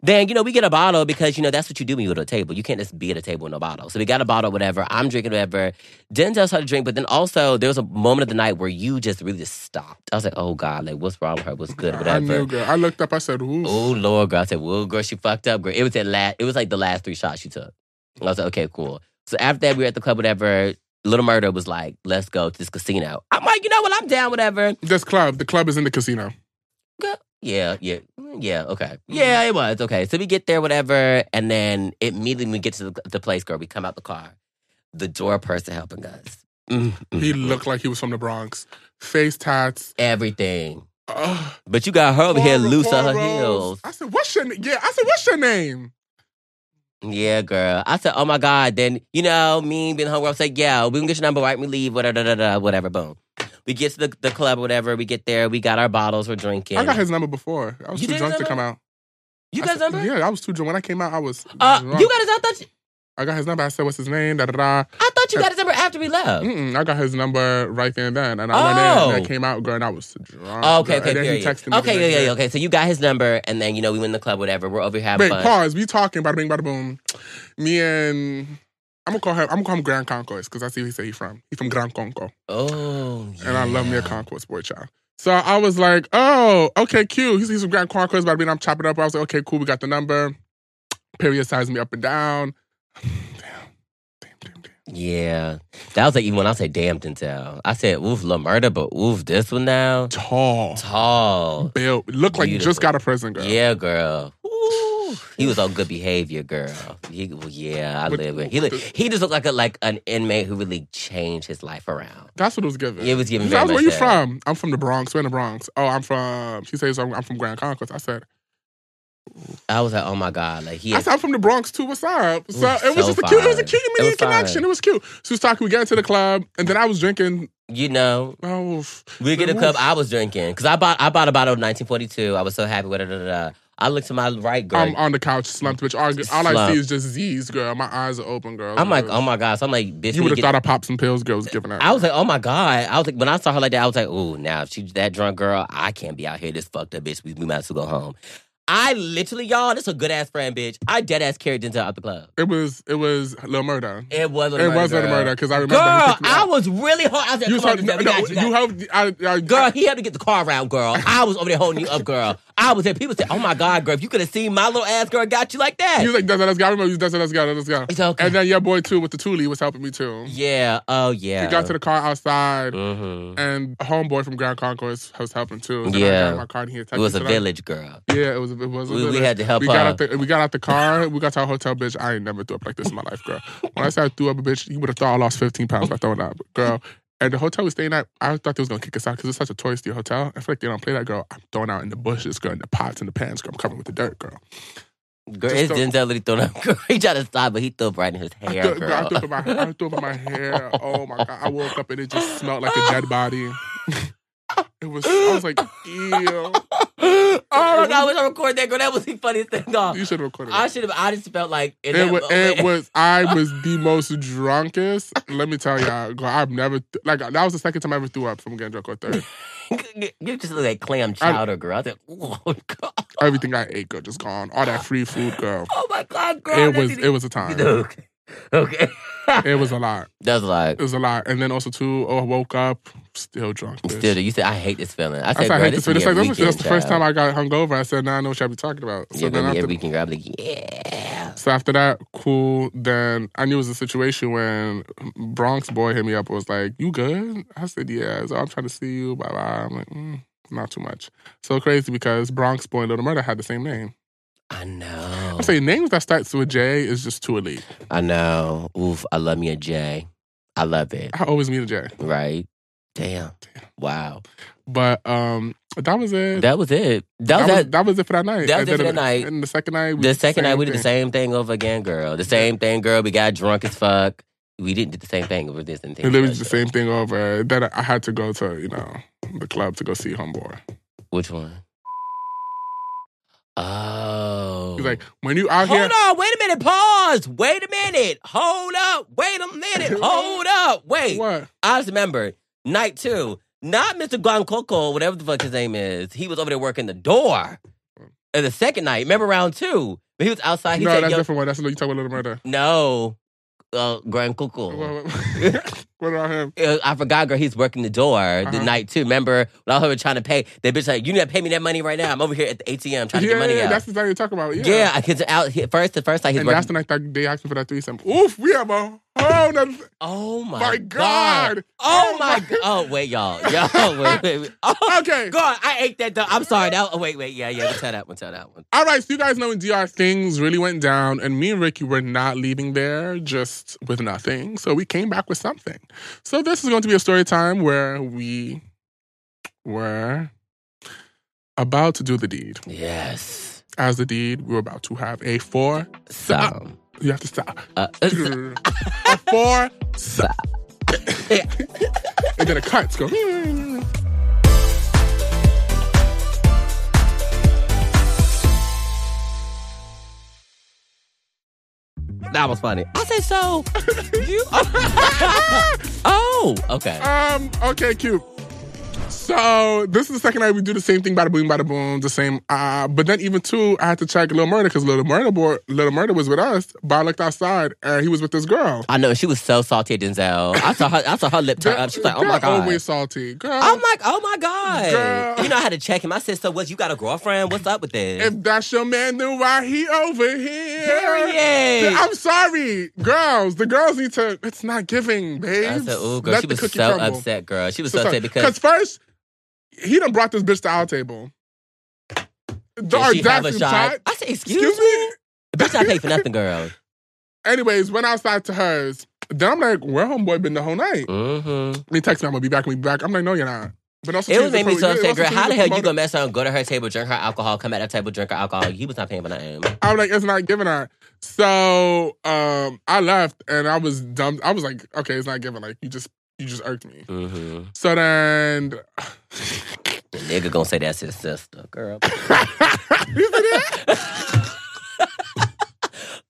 [SPEAKER 2] Then, you know, we get a bottle because, you know, that's what you do when you go to a table. You can't just be at a table in a bottle. So we got a bottle, whatever. I'm drinking whatever. Den tells her to drink, but then also there was a moment of the night where you just really just stopped. I was like, oh God, like what's wrong with her? What's good?
[SPEAKER 1] I
[SPEAKER 2] Whatever.
[SPEAKER 1] knew, girl. I looked up. I said, "Ooh,
[SPEAKER 2] Oh Lord, girl. I said, well, girl, she fucked up, girl. It was that last. It was like the last three shots she took. I was like, okay, cool. So after that, we were at the club, whatever. Little Murder was like, let's go to this casino. I'm like, you know what? I'm down, whatever.
[SPEAKER 1] this club. The club is in the casino."
[SPEAKER 2] Girl, Yeah, yeah, mm, yeah. Okay, yeah, it was okay. So we get there, whatever, and then immediately when we get to the, the place, girl. We come out the car, the door person helping us. Mm, mm,
[SPEAKER 1] He
[SPEAKER 2] mm.
[SPEAKER 1] looked like he was from the Bronx. Face tats.
[SPEAKER 2] everything,
[SPEAKER 1] Ugh.
[SPEAKER 2] but you got her over here
[SPEAKER 1] Cora,
[SPEAKER 2] Oh, loose on her
[SPEAKER 1] Cora Rose.
[SPEAKER 2] heels.
[SPEAKER 1] I said, "What's your na- yeah?" I said, "What's your name?"
[SPEAKER 2] Yeah, girl. I said, oh my God. Then, you know, me being hungry, I was like, yeah, we can get your number right. We leave, whatever, da, da, da, whatever, boom. We get to the, the club, whatever. We get there. We got our bottles. We're drinking.
[SPEAKER 1] I got his number before. I was
[SPEAKER 2] You
[SPEAKER 1] too
[SPEAKER 2] did
[SPEAKER 1] drunk to
[SPEAKER 2] his
[SPEAKER 1] come out.
[SPEAKER 2] you
[SPEAKER 1] I
[SPEAKER 2] got his
[SPEAKER 1] said-
[SPEAKER 2] number?
[SPEAKER 1] Yeah, I was too drunk. When I came out, I was.
[SPEAKER 2] Uh,
[SPEAKER 1] drunk.
[SPEAKER 2] you got his, I thought you,
[SPEAKER 1] I got his number. I said, "What's his name?" Da da da.
[SPEAKER 2] I thought you got his number after we left.
[SPEAKER 1] Mm-mm, I got his number right then and then, and I went in
[SPEAKER 2] Uh, Oh.
[SPEAKER 1] and I came out, girl, and I was drunk.
[SPEAKER 2] Oh,
[SPEAKER 1] girl.
[SPEAKER 2] okay, okay,
[SPEAKER 1] and then
[SPEAKER 2] period.
[SPEAKER 1] he texted me.
[SPEAKER 2] okay, yeah, yeah, yeah, okay. So you got his number, and then, you know, we went in the club, whatever. We're over here
[SPEAKER 1] Wait,
[SPEAKER 2] having fun.
[SPEAKER 1] pause. We talking. Bada bing, bada boom. Me and I'm gonna call him. I'm gonna call him Grand Concourse because that's where he say he from. He from Grand Conco,
[SPEAKER 2] Oh, yeah.
[SPEAKER 1] and I love me a Concourse boy child. So I was like, oh, okay, cute. He's, he's from Grand Concourse. Bada bing, I'm chopping up. I was like, okay, cool. We got the number. Period sized me up and down. Damn, damn, damn, damn.
[SPEAKER 2] Yeah. That was like, even when I say damn, Dentel. I said, oof, La Murder, but oof, this one now.
[SPEAKER 1] Tall,
[SPEAKER 2] Tall.
[SPEAKER 1] built, looked like you just
[SPEAKER 2] Beautiful.
[SPEAKER 1] got a prison, girl.
[SPEAKER 2] Yeah, girl. Ooh. He was on good behavior, girl. He, well, yeah, I
[SPEAKER 1] With-
[SPEAKER 2] live with. He
[SPEAKER 1] with
[SPEAKER 2] look, he just looked like a like an inmate who really changed his life around.
[SPEAKER 1] That's what it was given.
[SPEAKER 2] It was giving
[SPEAKER 1] She
[SPEAKER 2] very
[SPEAKER 1] asked,
[SPEAKER 2] much
[SPEAKER 1] where you
[SPEAKER 2] that.
[SPEAKER 1] from? I'm from the Bronx. We're in the Bronx. Oh, I'm from. She says I'm, I'm from Grand Concourse. I said,
[SPEAKER 2] I was like, oh my god, like he.
[SPEAKER 1] I said I'm from the Bronx too. What's up? So
[SPEAKER 2] Ooh,
[SPEAKER 1] it was
[SPEAKER 2] so
[SPEAKER 1] just a cute. It was a
[SPEAKER 2] fine.
[SPEAKER 1] cute
[SPEAKER 2] It
[SPEAKER 1] immediate
[SPEAKER 2] was
[SPEAKER 1] connection.
[SPEAKER 2] fine.
[SPEAKER 1] It was cute. She was talking. We got into the club, and then I was drinking.
[SPEAKER 2] you know,
[SPEAKER 1] Oh, f-
[SPEAKER 2] we get a
[SPEAKER 1] Oof.
[SPEAKER 2] cup. I was drinking because I bought I bought a bottle of 1942. I was so happy with it. da, da, da. I looked to my right, girl.
[SPEAKER 1] I'm
[SPEAKER 2] I'm,
[SPEAKER 1] on the couch slumped, bitch. All, all I
[SPEAKER 2] Slumped.
[SPEAKER 1] see is just Z's, girl. My eyes are open, girl.
[SPEAKER 2] like,
[SPEAKER 1] It
[SPEAKER 2] oh
[SPEAKER 1] was-
[SPEAKER 2] my god. So I'm like, bitch.
[SPEAKER 1] uh, You
[SPEAKER 2] we
[SPEAKER 1] would have
[SPEAKER 2] get-
[SPEAKER 1] thought I popped some pills. Girl was giving up.
[SPEAKER 2] I was like, oh my God. I was like, when I saw her like that, I was like, ooh, now if she's that drunk girl, I can't be out here this fucked up bitch. We, we might as well go home. I literally, y'all, this a good ass friend, bitch. I dead ass carried Denzel out the club.
[SPEAKER 1] It was. It was Lil Murder.
[SPEAKER 2] It wasn't a
[SPEAKER 1] It
[SPEAKER 2] murder.
[SPEAKER 1] wasn't
[SPEAKER 2] girl.
[SPEAKER 1] a murder because I remember.
[SPEAKER 2] Girl,
[SPEAKER 1] he picked me
[SPEAKER 2] I
[SPEAKER 1] up.
[SPEAKER 2] was really hard. I was like,
[SPEAKER 1] You
[SPEAKER 2] come on,
[SPEAKER 1] told no,
[SPEAKER 2] Denzel, we
[SPEAKER 1] no,
[SPEAKER 2] got you. we
[SPEAKER 1] you
[SPEAKER 2] got
[SPEAKER 1] helped. I, I,
[SPEAKER 2] you. Girl, he had to get the car around, girl. I was over there holding you up, girl. I was there. People said, oh my God, girl, if you could have seen my little ass, girl, got you like that.
[SPEAKER 1] He was like, "That's let's go." I remember you. That's let's go. That's go.
[SPEAKER 2] it's okay.
[SPEAKER 1] And then your boy too with the Thule was helping me too.
[SPEAKER 2] yeah, oh yeah.
[SPEAKER 1] He got to the car outside,
[SPEAKER 2] Mhm.
[SPEAKER 1] and a homeboy from Grand Concourse was helping too. And then I
[SPEAKER 2] Yeah.
[SPEAKER 1] got in my car and he had
[SPEAKER 2] It
[SPEAKER 1] texted
[SPEAKER 2] was a
[SPEAKER 1] me, so
[SPEAKER 2] village, girl.
[SPEAKER 1] that- Yeah, it was. It was. a
[SPEAKER 2] We, we
[SPEAKER 1] village.
[SPEAKER 2] had to help
[SPEAKER 1] We
[SPEAKER 2] her.
[SPEAKER 1] got out the we got out the car. We got to our hotel, bitch. I ain't never threw up like this in my life, girl. When I said I threw up, bitch, you would have thought I lost fifteen pounds by throwing up, girl. And the hotel we staying at, I thought they was gonna kick us out because it's such a touristy hotel. I feel like they don't play that, girl. I'm thrown out in the bushes, girl, in the pots and the pans, girl. I'm covered with the dirt, girl.
[SPEAKER 2] Girl,
[SPEAKER 1] Just
[SPEAKER 2] it's
[SPEAKER 1] throw-
[SPEAKER 2] Denzel Lee throwing up. Girl, he tried to stop, but he threw up right in his
[SPEAKER 1] I
[SPEAKER 2] hair,
[SPEAKER 1] threw,
[SPEAKER 2] girl.
[SPEAKER 1] I threw up in my, I threw up in my hair. Oh my god! I woke up and it just smelled like a dead body. It was. I was like, ew.
[SPEAKER 2] oh my god, I wish I recorded that girl. That was the funniest thing, dog.
[SPEAKER 1] You should have recorded
[SPEAKER 2] I
[SPEAKER 1] it.
[SPEAKER 2] should have. I just felt like in
[SPEAKER 1] It
[SPEAKER 2] that
[SPEAKER 1] was, it
[SPEAKER 2] moment-
[SPEAKER 1] was. I was the most drunkest. Let me tell y'all, girl, I've never th- like that was the second time I ever threw up from getting drunk or third.
[SPEAKER 2] you just look like clam chowder, girl. I said, oh my god,
[SPEAKER 1] Everything I ate, girl, just gone. All that free food, girl.
[SPEAKER 2] oh my god, girl.
[SPEAKER 1] It was. It was a time.
[SPEAKER 2] okay. Okay.
[SPEAKER 1] It was a lot.
[SPEAKER 2] That's like
[SPEAKER 1] It was a lot. And then also too, oh, I woke up still drunk. bitch.
[SPEAKER 2] still. You said I hate this feeling. I
[SPEAKER 1] I
[SPEAKER 2] said,
[SPEAKER 1] said, I
[SPEAKER 2] girl,
[SPEAKER 1] hate
[SPEAKER 2] this
[SPEAKER 1] this. It's
[SPEAKER 2] be
[SPEAKER 1] like,
[SPEAKER 2] every
[SPEAKER 1] that's,
[SPEAKER 2] weekend,
[SPEAKER 1] that's the first time
[SPEAKER 2] child.
[SPEAKER 1] I got hungover. I said, now I know what y'all be talking about. So
[SPEAKER 2] yeah,
[SPEAKER 1] then
[SPEAKER 2] gonna be
[SPEAKER 1] after,
[SPEAKER 2] every weekend, girl. I'm like, yeah.
[SPEAKER 1] so after that, cool. Then I knew it was a situation when Bronx boy hit me up. and Was like, you good? I said, yeah. So I'm trying to see you. Bye bye. I'm like, mm, not too much. So crazy because Bronx boy and Little Murder had the same name.
[SPEAKER 2] I know.
[SPEAKER 1] I'm saying names that starts with J is just too elite.
[SPEAKER 2] I know. Oof, I love me a J. I love it.
[SPEAKER 1] I always meet a J.
[SPEAKER 2] Right? Damn. Wow.
[SPEAKER 1] But um, that was it.
[SPEAKER 2] That was it. That was
[SPEAKER 1] That was,
[SPEAKER 2] that.
[SPEAKER 1] that was it for that night.
[SPEAKER 2] that
[SPEAKER 1] And
[SPEAKER 2] was it for
[SPEAKER 1] then-
[SPEAKER 2] that night.
[SPEAKER 1] And the second night, we
[SPEAKER 2] The second night,
[SPEAKER 1] same
[SPEAKER 2] we did the
[SPEAKER 1] thing.
[SPEAKER 2] same thing over again, girl. The same thing, girl. We got drunk as fuck. We didn't do the same thing over this and thing.
[SPEAKER 1] It
[SPEAKER 2] the
[SPEAKER 1] was
[SPEAKER 2] other.
[SPEAKER 1] the same thing over. Then I had to go to, you know, the club to go see Homeboy.
[SPEAKER 2] Which one? Oh.
[SPEAKER 1] He's like, when you out
[SPEAKER 2] Hold
[SPEAKER 1] here,
[SPEAKER 2] on, wait a minute, pause. Wait a minute. Hold up. Wait a minute. Hold up. Wait.
[SPEAKER 1] what?
[SPEAKER 2] I just remember night two, not Mr. Guancoco, whatever the fuck his name is. He was over there working the door. uh, the second night. Remember round two? When he was outside. He
[SPEAKER 1] no,
[SPEAKER 2] said,
[SPEAKER 1] that's
[SPEAKER 2] Yo,
[SPEAKER 1] different one. That's you talk about Little Murder.
[SPEAKER 2] No, uh, Grand Cuckoo.
[SPEAKER 1] What, what- what about him?
[SPEAKER 2] Uh, I forgot, girl. He's working the door the
[SPEAKER 1] Uh-huh.
[SPEAKER 2] night too. Remember when I was trying to pay? That bitch like, you need to pay me that money right now. I'm over here at the ATM trying to
[SPEAKER 1] Yeah,
[SPEAKER 2] get money
[SPEAKER 1] yeah,
[SPEAKER 2] out.
[SPEAKER 1] that's the thing you talk about. Yeah.
[SPEAKER 2] yeah, I could out he- first. The first night he's
[SPEAKER 1] and
[SPEAKER 2] working.
[SPEAKER 1] that's the night that they asked me for that threesome. Oof, we have a whole nother.
[SPEAKER 2] oh my,
[SPEAKER 1] My God.
[SPEAKER 2] Oh
[SPEAKER 1] Oh my-
[SPEAKER 2] my. g- Oh wait, y'all. Yo, wait, wait, wait. Oh
[SPEAKER 1] Okay.
[SPEAKER 2] God, I ate that. Though. I'm sorry. That. Oh, wait, wait. Yeah, yeah. Tell that one. Tell that one.
[SPEAKER 1] All right, so you guys know in DR things really went down, and me and Ricky were not leaving there just with nothing. So we came back with something. So this is going to be a story time where we were about to do the deed.
[SPEAKER 2] Yes.
[SPEAKER 1] As the deed, we were about to have a four.
[SPEAKER 2] So.
[SPEAKER 1] You have to stop.
[SPEAKER 2] Uh, uh, so-
[SPEAKER 1] a four. Stop. and then a cuts go.
[SPEAKER 2] that was funny. I said so. you. oh. Okay.
[SPEAKER 1] Um, okay, cute. So this is the second night we do the same thing, bada boom, bada boom, the same. Uh, but then even too, I had to check Little Murder because Little Murder boy, Little Murder was with us. But I looked outside and he was with this girl.
[SPEAKER 2] I know she was so salty at Denzel. I saw her. I saw her lip turn up. She's like, "Oh my god."
[SPEAKER 1] always salty, girl.
[SPEAKER 2] I'm like, "Oh my god."
[SPEAKER 1] Girl.
[SPEAKER 2] You know, I had to check him. I said, "So what? You got a girlfriend? What's up with this?"
[SPEAKER 1] if that's your man, then why he over here?
[SPEAKER 2] Period.
[SPEAKER 1] I'm sorry, girls. The girls need to. It's not giving, babe.
[SPEAKER 2] I said, "Oh, girl, she was so upset, girl. She was so, upset because
[SPEAKER 1] Because first, he done brought this bitch to our table. The
[SPEAKER 2] did she have a
[SPEAKER 1] audacity,
[SPEAKER 2] shot?"
[SPEAKER 1] Todd.
[SPEAKER 2] I said, "Excuse,
[SPEAKER 1] Excuse
[SPEAKER 2] me,
[SPEAKER 1] me?
[SPEAKER 2] bitch. I paid for nothing, girl."
[SPEAKER 1] Anyways, went outside to hers. Then I'm like, where homeboy been the whole night?
[SPEAKER 2] Mm-hmm.
[SPEAKER 1] He texted me, I'm gonna be back, I'm gonna be back. I'm like, no, you're not. But also,
[SPEAKER 2] It
[SPEAKER 1] Tuesday
[SPEAKER 2] was made me
[SPEAKER 1] pro-
[SPEAKER 2] so
[SPEAKER 1] yeah,
[SPEAKER 2] upset,
[SPEAKER 1] also
[SPEAKER 2] girl. How the
[SPEAKER 1] Tuesday
[SPEAKER 2] hell you
[SPEAKER 1] promoter.
[SPEAKER 2] gonna mess her? Go to her table, drink her alcohol, come at that table, drink her alcohol. He was not paying for nothing.
[SPEAKER 1] I'm like, it's not giving her. So um, I left and I was dumb. I was like, okay, it's not giving. Like you just you just irked me.
[SPEAKER 2] Mm-hmm.
[SPEAKER 1] So then
[SPEAKER 2] The nigga gonna say that's his sister, girl.
[SPEAKER 1] you see that?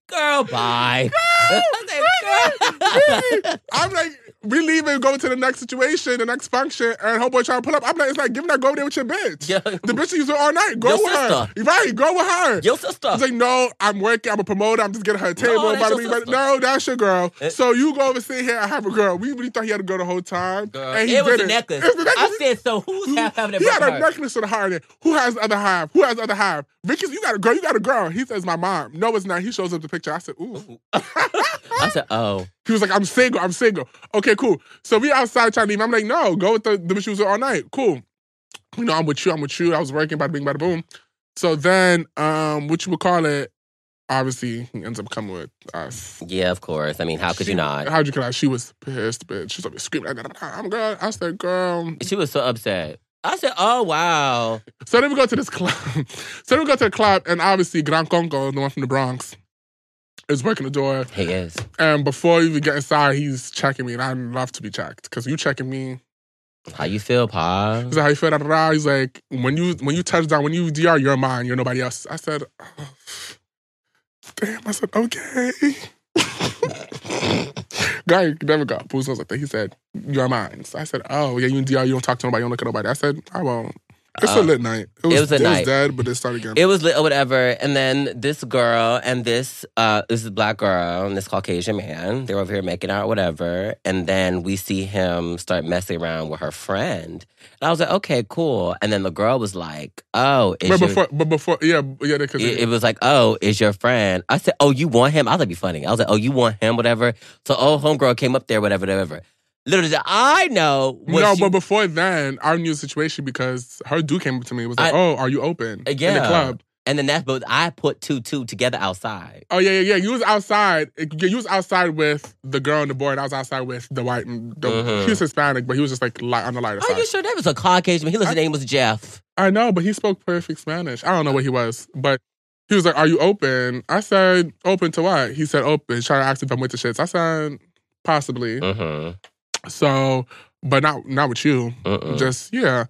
[SPEAKER 2] Girl, bye.
[SPEAKER 1] I'm like, we leave and go to the next situation, the next function, and homeboy trying to pull up. I'm like, it's not giving that. Go over there with your bitch.
[SPEAKER 2] Yo,
[SPEAKER 1] The bitch you was with all night. Go
[SPEAKER 2] Your
[SPEAKER 1] with her.
[SPEAKER 2] sister.
[SPEAKER 1] Right, go with her.
[SPEAKER 2] your sister.
[SPEAKER 1] It's like, no, I'm working. I'm a promoter. I'm just getting her a table.
[SPEAKER 2] that's
[SPEAKER 1] bada
[SPEAKER 2] your
[SPEAKER 1] bing, bada-
[SPEAKER 2] sister.
[SPEAKER 1] no, that's your girl.
[SPEAKER 2] Eh.
[SPEAKER 1] so you go over sit here. I have a girl. We really thought he had a girl the whole time.
[SPEAKER 2] Girl,
[SPEAKER 1] and he
[SPEAKER 2] it was a
[SPEAKER 1] didn't.
[SPEAKER 2] necklace.
[SPEAKER 1] It was a
[SPEAKER 2] I
[SPEAKER 1] necklace.
[SPEAKER 2] said, so who's half having it?
[SPEAKER 1] he had a
[SPEAKER 2] broken heart?
[SPEAKER 1] necklace to the heart. in it. Who has the other half? Who has the other half? Vicky, you got a girl. You got a girl. He says, my mom. No, it's not. He shows up the picture. I said, ooh.
[SPEAKER 2] I said, oh.
[SPEAKER 1] He was like, I'm single, I'm single. Okay, cool. So we outside trying to leave. I'm like, no, go with the, the bitch you was with all night. Cool. You know, I'm with you, I'm with you. I was working, bada bing, bada boom. So then, um, what you would call it, obviously, he ends up coming with us.
[SPEAKER 2] Yeah, of course. I mean, how could
[SPEAKER 1] She-
[SPEAKER 2] you not?
[SPEAKER 1] How'd you call She was pissed, bitch. She's like screaming. "I'm not- I'm girl. I said, girl.
[SPEAKER 2] She was so upset. I said, oh, wow.
[SPEAKER 1] So then we go to this club. so then we go to the club, and obviously, Gran Conco, the one from the Bronx, is working the door.
[SPEAKER 2] He is.
[SPEAKER 1] And before you even get inside, he's checking me, and I love to be checked because you checking me.
[SPEAKER 2] How you feel, Pa?
[SPEAKER 1] He's like, how you feel? Da, da, da. He's like, when you when you touch down, when you DR, you're mine. You're nobody else. I said, oh, damn. I said, okay. Guy never got booze. I was like, that. he said, you're mine. So I said, oh yeah, you in DR, you don't talk to nobody, you don't look at nobody. I said, I won't. It's
[SPEAKER 2] Uh,
[SPEAKER 1] a lit night. It
[SPEAKER 2] was a night.
[SPEAKER 1] dead, but it started again.
[SPEAKER 2] It was lit or whatever. And then this girl and this uh this is black girl and this Caucasian man, they're over here making out or whatever. And then we see him start messing around with her friend. And I was like, okay, cool. And then the girl was like, Oh, is
[SPEAKER 1] but
[SPEAKER 2] your-
[SPEAKER 1] before, but before, yeah, yeah, because
[SPEAKER 2] it, it was like, oh, is your friend? I said, oh, you want him? I was like, be funny. I was like, oh, you want him? Whatever. So, oh, homegirl came up there, whatever, whatever. Literally, I know. what
[SPEAKER 1] no,
[SPEAKER 2] she-
[SPEAKER 1] but before then, I knew the situation because her dude came up to me and was like,
[SPEAKER 2] I-
[SPEAKER 1] oh, are you open in the
[SPEAKER 2] Yeah.
[SPEAKER 1] club?
[SPEAKER 2] and then that's but I put two two together outside.
[SPEAKER 1] Oh yeah, yeah, yeah. You was outside. Yeah, You was outside with the girl and the boy, and I was outside with the white. The,
[SPEAKER 2] Mhm.
[SPEAKER 1] He was Hispanic, but he was just like light on the lighter
[SPEAKER 2] Are
[SPEAKER 1] side.
[SPEAKER 2] you sure that was a Caucasian? man? He was, his name was Jeff.
[SPEAKER 1] I know, but he spoke perfect Spanish. I don't know what he was, but he was like, "Are you open?" I said, "Open to what?" He said, "Open." Trying to ask if I'm with the shits. I said, "Possibly."
[SPEAKER 2] Mm-hmm.
[SPEAKER 1] So, but not not with you.
[SPEAKER 2] Mm.
[SPEAKER 1] Just yeah.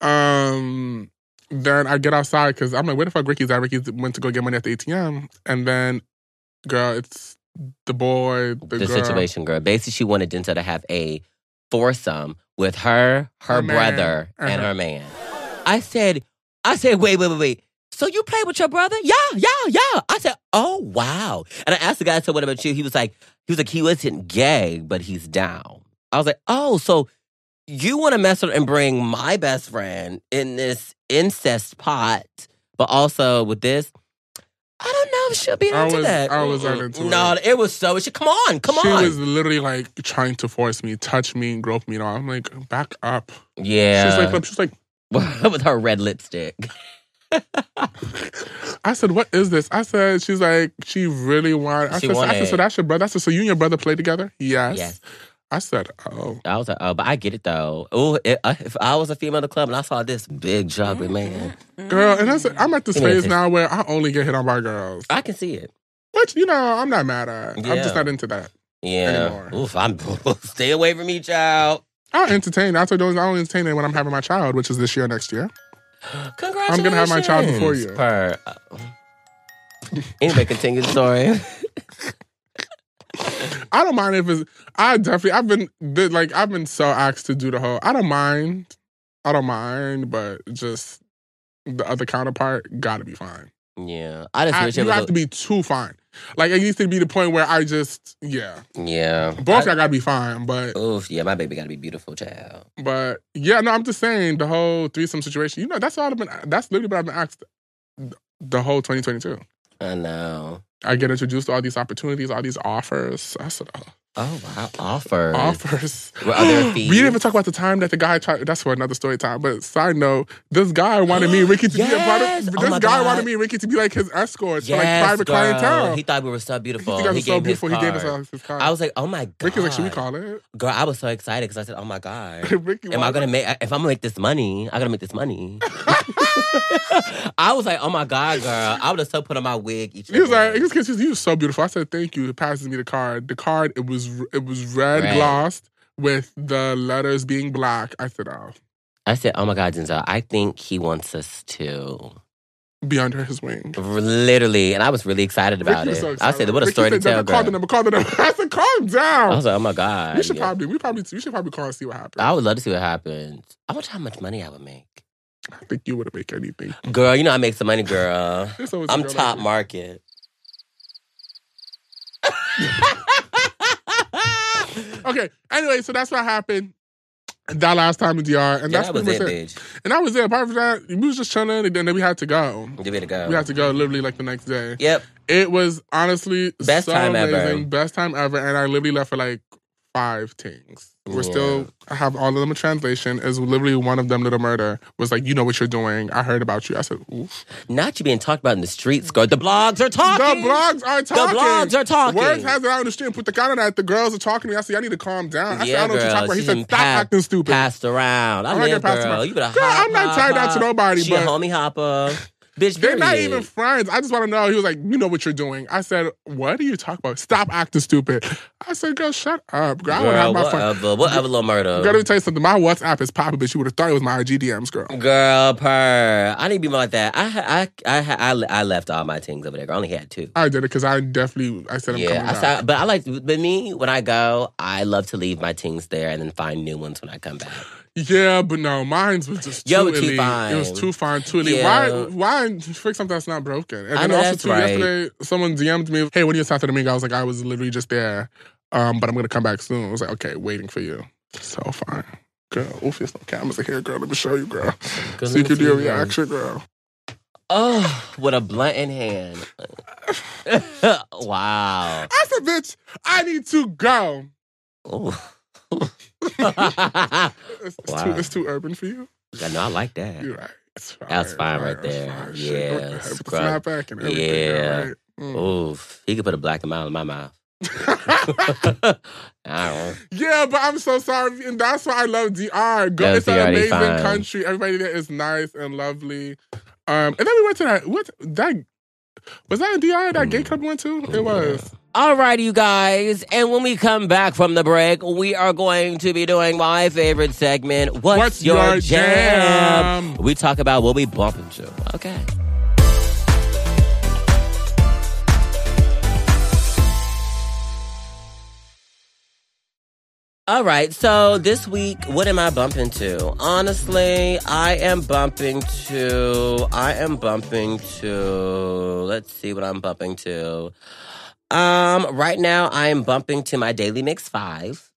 [SPEAKER 1] Um. Then I get outside because I'm like, "Where the fuck Ricky's at?" Ricky went to go get money at the ATM, and then, girl, it's the boy, the,
[SPEAKER 2] The,
[SPEAKER 1] girl.
[SPEAKER 2] situation, girl. Basically, she wanted Denzel to have a foursome with her, her
[SPEAKER 1] Her man.
[SPEAKER 2] brother, and
[SPEAKER 1] Uh-huh.
[SPEAKER 2] her man. I said, I said, wait, wait, wait, wait. so you play with your brother? Yeah, yeah, yeah. I said, oh wow. And I asked the guy, so what about you? He was like, he was like, he wasn't gay, but he's down. I was like, oh, so you want to mess with and bring my best friend in this incest pot, but also with this? I don't know if she'll be
[SPEAKER 1] I
[SPEAKER 2] into
[SPEAKER 1] was-
[SPEAKER 2] that.
[SPEAKER 1] I was
[SPEAKER 2] Mm-mm.
[SPEAKER 1] into
[SPEAKER 2] no,
[SPEAKER 1] it.
[SPEAKER 2] was so. She come on, come
[SPEAKER 1] she
[SPEAKER 2] on.
[SPEAKER 1] was literally like trying to force me, touch me, grope me, and all. I'm like, back up. She's
[SPEAKER 2] yeah,
[SPEAKER 1] like, um, she's like,
[SPEAKER 2] with her red lipstick.
[SPEAKER 1] I said, what is this? I said, she's like, she really want. I,
[SPEAKER 2] She
[SPEAKER 1] said, so, I
[SPEAKER 2] wanted.
[SPEAKER 1] said, so that's your brother. I said, so you and your brother play together? Yes.
[SPEAKER 2] Yes.
[SPEAKER 1] I said, oh.
[SPEAKER 2] I was like, oh, but I get it though. Oh, if I was a female in the club and I saw this big chocolate man,
[SPEAKER 1] Girl, and I said, I'm at this
[SPEAKER 2] It
[SPEAKER 1] phase
[SPEAKER 2] is.
[SPEAKER 1] now where I only get hit on by girls.
[SPEAKER 2] I can see it.
[SPEAKER 1] Which, you know, I'm not mad at. I'm
[SPEAKER 2] Yeah.
[SPEAKER 1] just not into that.
[SPEAKER 2] Yeah.
[SPEAKER 1] Anymore.
[SPEAKER 2] Oof, I'm stay away from me, child.
[SPEAKER 1] I'll entertain. I told you, I only entertain it when I'm having my child, which is this year, next year.
[SPEAKER 2] Congratulations.
[SPEAKER 1] gonna have my child before you.
[SPEAKER 2] Per. Anyway, continue the story.
[SPEAKER 1] I don't mind if it's. I definitely. I've been did- like I've been so asked to do the whole. I don't mind. I don't mind, but just the other counterpart gotta be fine.
[SPEAKER 2] yeah, I just
[SPEAKER 1] I,
[SPEAKER 2] wish it
[SPEAKER 1] you
[SPEAKER 2] was.
[SPEAKER 1] have
[SPEAKER 2] A,
[SPEAKER 1] to be too fine. Like it needs to be the point where I just yeah.
[SPEAKER 2] yeah.
[SPEAKER 1] Both
[SPEAKER 2] I- Oh.
[SPEAKER 1] y'all gotta be fine, but
[SPEAKER 2] Oof, yeah, my baby gotta be beautiful, child.
[SPEAKER 1] but yeah. No, I'm just saying the whole threesome situation. You know, that's all I've been. That's literally what I've been asked the whole 2022.
[SPEAKER 2] I know.
[SPEAKER 1] I get introduced to all these opportunities, all these offers. I said, oh,
[SPEAKER 2] Oh wow, offer.
[SPEAKER 1] offers.
[SPEAKER 2] Were other
[SPEAKER 1] we
[SPEAKER 2] fees?
[SPEAKER 1] didn't even talk about the time that the guy tried. That's for another story time. But side note, this guy wanted me and Ricky to be a part
[SPEAKER 2] Yes!
[SPEAKER 1] of.
[SPEAKER 2] Oh
[SPEAKER 1] This
[SPEAKER 2] my
[SPEAKER 1] guy
[SPEAKER 2] God.
[SPEAKER 1] wanted me and Ricky to be like his escort for like
[SPEAKER 2] Yes,
[SPEAKER 1] private
[SPEAKER 2] girl.
[SPEAKER 1] clientele.
[SPEAKER 2] He thought we were so beautiful.
[SPEAKER 1] you guys
[SPEAKER 2] He
[SPEAKER 1] are so
[SPEAKER 2] gave me his
[SPEAKER 1] beautiful. He gave us
[SPEAKER 2] card.
[SPEAKER 1] all his card.
[SPEAKER 2] I was like, oh my god.
[SPEAKER 1] Ricky's like, should we call it?
[SPEAKER 2] Girl, I was so excited because I said, oh my god.
[SPEAKER 1] Ricky,
[SPEAKER 2] Am I
[SPEAKER 1] wanted-
[SPEAKER 2] gonna make? If I'm gonna make this money, I gotta make this money. I was like, oh my god, girl, I would have so put on my wig. Each
[SPEAKER 1] He was like,
[SPEAKER 2] day.
[SPEAKER 1] he was, he was- he was so beautiful. I said, thank you. He passes me the card. The card, it was it was red,
[SPEAKER 2] Red.
[SPEAKER 1] glossed with the letters being black. I said, oh,
[SPEAKER 2] I said, oh my god, Denzel, I think he wants us to
[SPEAKER 1] be under his wing.
[SPEAKER 2] literally, and I was really excited about
[SPEAKER 1] Ricky was
[SPEAKER 2] it.
[SPEAKER 1] so
[SPEAKER 2] I
[SPEAKER 1] excited.
[SPEAKER 2] said, what a
[SPEAKER 1] Ricky
[SPEAKER 2] story to
[SPEAKER 1] said,
[SPEAKER 2] tell,
[SPEAKER 1] "Devin, Call the
[SPEAKER 2] girl.
[SPEAKER 1] number. Call the number. I said, calm
[SPEAKER 2] I
[SPEAKER 1] down.
[SPEAKER 2] was like, oh my god,
[SPEAKER 1] We should
[SPEAKER 2] yeah.
[SPEAKER 1] probably, we probably, we should probably call and see what happens.
[SPEAKER 2] I would love to see what happens. I wonder how much money I would make,
[SPEAKER 1] I think you would make anything.
[SPEAKER 2] girl. You know, I make some money, girl.
[SPEAKER 1] There's always a
[SPEAKER 2] I'm
[SPEAKER 1] girl like
[SPEAKER 2] top
[SPEAKER 1] you.
[SPEAKER 2] market.
[SPEAKER 1] Okay. Anyway, so that's what happened that last time in DR, and
[SPEAKER 2] Yeah,
[SPEAKER 1] that's
[SPEAKER 2] that was
[SPEAKER 1] pretty
[SPEAKER 2] it,
[SPEAKER 1] much
[SPEAKER 2] bitch.
[SPEAKER 1] And that was it. Apart from that, we was just chilling, and then we had to go.
[SPEAKER 2] Give it a go.
[SPEAKER 1] We had to go literally like the next day.
[SPEAKER 2] Yep.
[SPEAKER 1] It was honestly
[SPEAKER 2] Best
[SPEAKER 1] so
[SPEAKER 2] time ever.
[SPEAKER 1] amazing. Best time ever. And I literally left for like five things. We're
[SPEAKER 2] Yeah.
[SPEAKER 1] still I have all of them in translation. Is literally one of them little murder was like, you know what you're doing. I heard about you. I said, oof.
[SPEAKER 2] Not you being talked about in the streets, girl. The blogs are talking.
[SPEAKER 1] The blogs are talking.
[SPEAKER 2] blogs are talking.
[SPEAKER 1] Words has it out in the street and put the count on that. The girls are talking to me. I said, y'all need to calm down. I said, I don't know what you're
[SPEAKER 2] girl,
[SPEAKER 1] talking about. He
[SPEAKER 2] she's
[SPEAKER 1] said,
[SPEAKER 2] been
[SPEAKER 1] stop
[SPEAKER 2] pa-
[SPEAKER 1] acting stupid.
[SPEAKER 2] Passed around. I
[SPEAKER 1] I'm not
[SPEAKER 2] live,
[SPEAKER 1] getting passed
[SPEAKER 2] girl.
[SPEAKER 1] around.
[SPEAKER 2] You better
[SPEAKER 1] Girl,
[SPEAKER 2] hop,
[SPEAKER 1] I'm not
[SPEAKER 2] hop,
[SPEAKER 1] tied down to
[SPEAKER 2] hop.
[SPEAKER 1] nobody,
[SPEAKER 2] She a
[SPEAKER 1] but-
[SPEAKER 2] homie hopper. Bitch,
[SPEAKER 1] They're not
[SPEAKER 2] period.
[SPEAKER 1] even friends. I just want to know. He was like, you know what you're doing. I said, what are you talking about? Stop acting stupid. I said, girl, shut up. Girl, I want to
[SPEAKER 2] Girl,
[SPEAKER 1] have my fun.
[SPEAKER 2] whatever. Whatever,
[SPEAKER 1] Girl,
[SPEAKER 2] little
[SPEAKER 1] let me
[SPEAKER 2] murder.
[SPEAKER 1] tell you something. My WhatsApp is popping, but you would have thought it was my IG DMs, girl.
[SPEAKER 2] Girl, per. I need to be more like that. I, I, I, I, I left all my things over there. Girl. I only had two.
[SPEAKER 1] I did it because I definitely I said I'm
[SPEAKER 2] yeah,
[SPEAKER 1] coming
[SPEAKER 2] I
[SPEAKER 1] back.
[SPEAKER 2] saw, but I like, but me when I go, I love to leave my things there and then find new ones when I come back.
[SPEAKER 1] yeah, but no, mine's was just
[SPEAKER 2] Yo,
[SPEAKER 1] too,
[SPEAKER 2] too
[SPEAKER 1] elite.
[SPEAKER 2] fine.
[SPEAKER 1] It was too fine, too elite.
[SPEAKER 2] Yeah.
[SPEAKER 1] Why, why fix something that's not broken? And
[SPEAKER 2] I
[SPEAKER 1] then
[SPEAKER 2] know
[SPEAKER 1] also
[SPEAKER 2] that's
[SPEAKER 1] too,
[SPEAKER 2] right.
[SPEAKER 1] yesterday someone DM'd me, "Hey, when are you in Santo Domingo?" I was like, "I was literally just there, um, but I'm gonna come back soon." I was like, "Okay, waiting for you." So fine, girl. Oof, there's no cameras in here, girl. Let me show you, girl.
[SPEAKER 2] Girl,
[SPEAKER 1] so
[SPEAKER 2] let
[SPEAKER 1] you
[SPEAKER 2] me
[SPEAKER 1] can
[SPEAKER 2] see
[SPEAKER 1] do a
[SPEAKER 2] you, girl.
[SPEAKER 1] reaction, girl.
[SPEAKER 2] Oh, with a blunt in hand. wow.
[SPEAKER 1] I said, "Bitch, I need to go."
[SPEAKER 2] Ooh.
[SPEAKER 1] It's, it's
[SPEAKER 2] Wow.
[SPEAKER 1] too, it's too urban for you.
[SPEAKER 2] God, no, I like that.
[SPEAKER 1] You're right. It's fine.
[SPEAKER 2] That's fine right
[SPEAKER 1] it's
[SPEAKER 2] there.
[SPEAKER 1] fine.
[SPEAKER 2] Yeah,
[SPEAKER 1] Shit, go- put the
[SPEAKER 2] scrub.
[SPEAKER 1] snap back and everything.
[SPEAKER 2] Yeah.
[SPEAKER 1] Right. Mm.
[SPEAKER 2] Oof. He could put a black and mild in my mouth. Oh. I don't.
[SPEAKER 1] yeah, but I'm so sorry, and that's why I love DR. Go,
[SPEAKER 2] That's
[SPEAKER 1] it's an
[SPEAKER 2] DR, they
[SPEAKER 1] amazing
[SPEAKER 2] fine.
[SPEAKER 1] country. Everybody there is nice and lovely. Um, and then we went to that. What that was that in DR? That
[SPEAKER 2] Mm.
[SPEAKER 1] gay club we went to? It was.
[SPEAKER 2] Alrighty, you guys. And when we come back from the break, we are going to be doing my favorite segment, What's,
[SPEAKER 1] What's
[SPEAKER 2] Your,
[SPEAKER 1] Your
[SPEAKER 2] jam?
[SPEAKER 1] Jam?
[SPEAKER 2] We talk about what we bumping to. Okay. All right, so this week, what am I bumping to? Honestly, I am bumping to. I am bumping to. Let's see what I'm bumping to. Um, right now, I am bumping to my Daily Mix 5.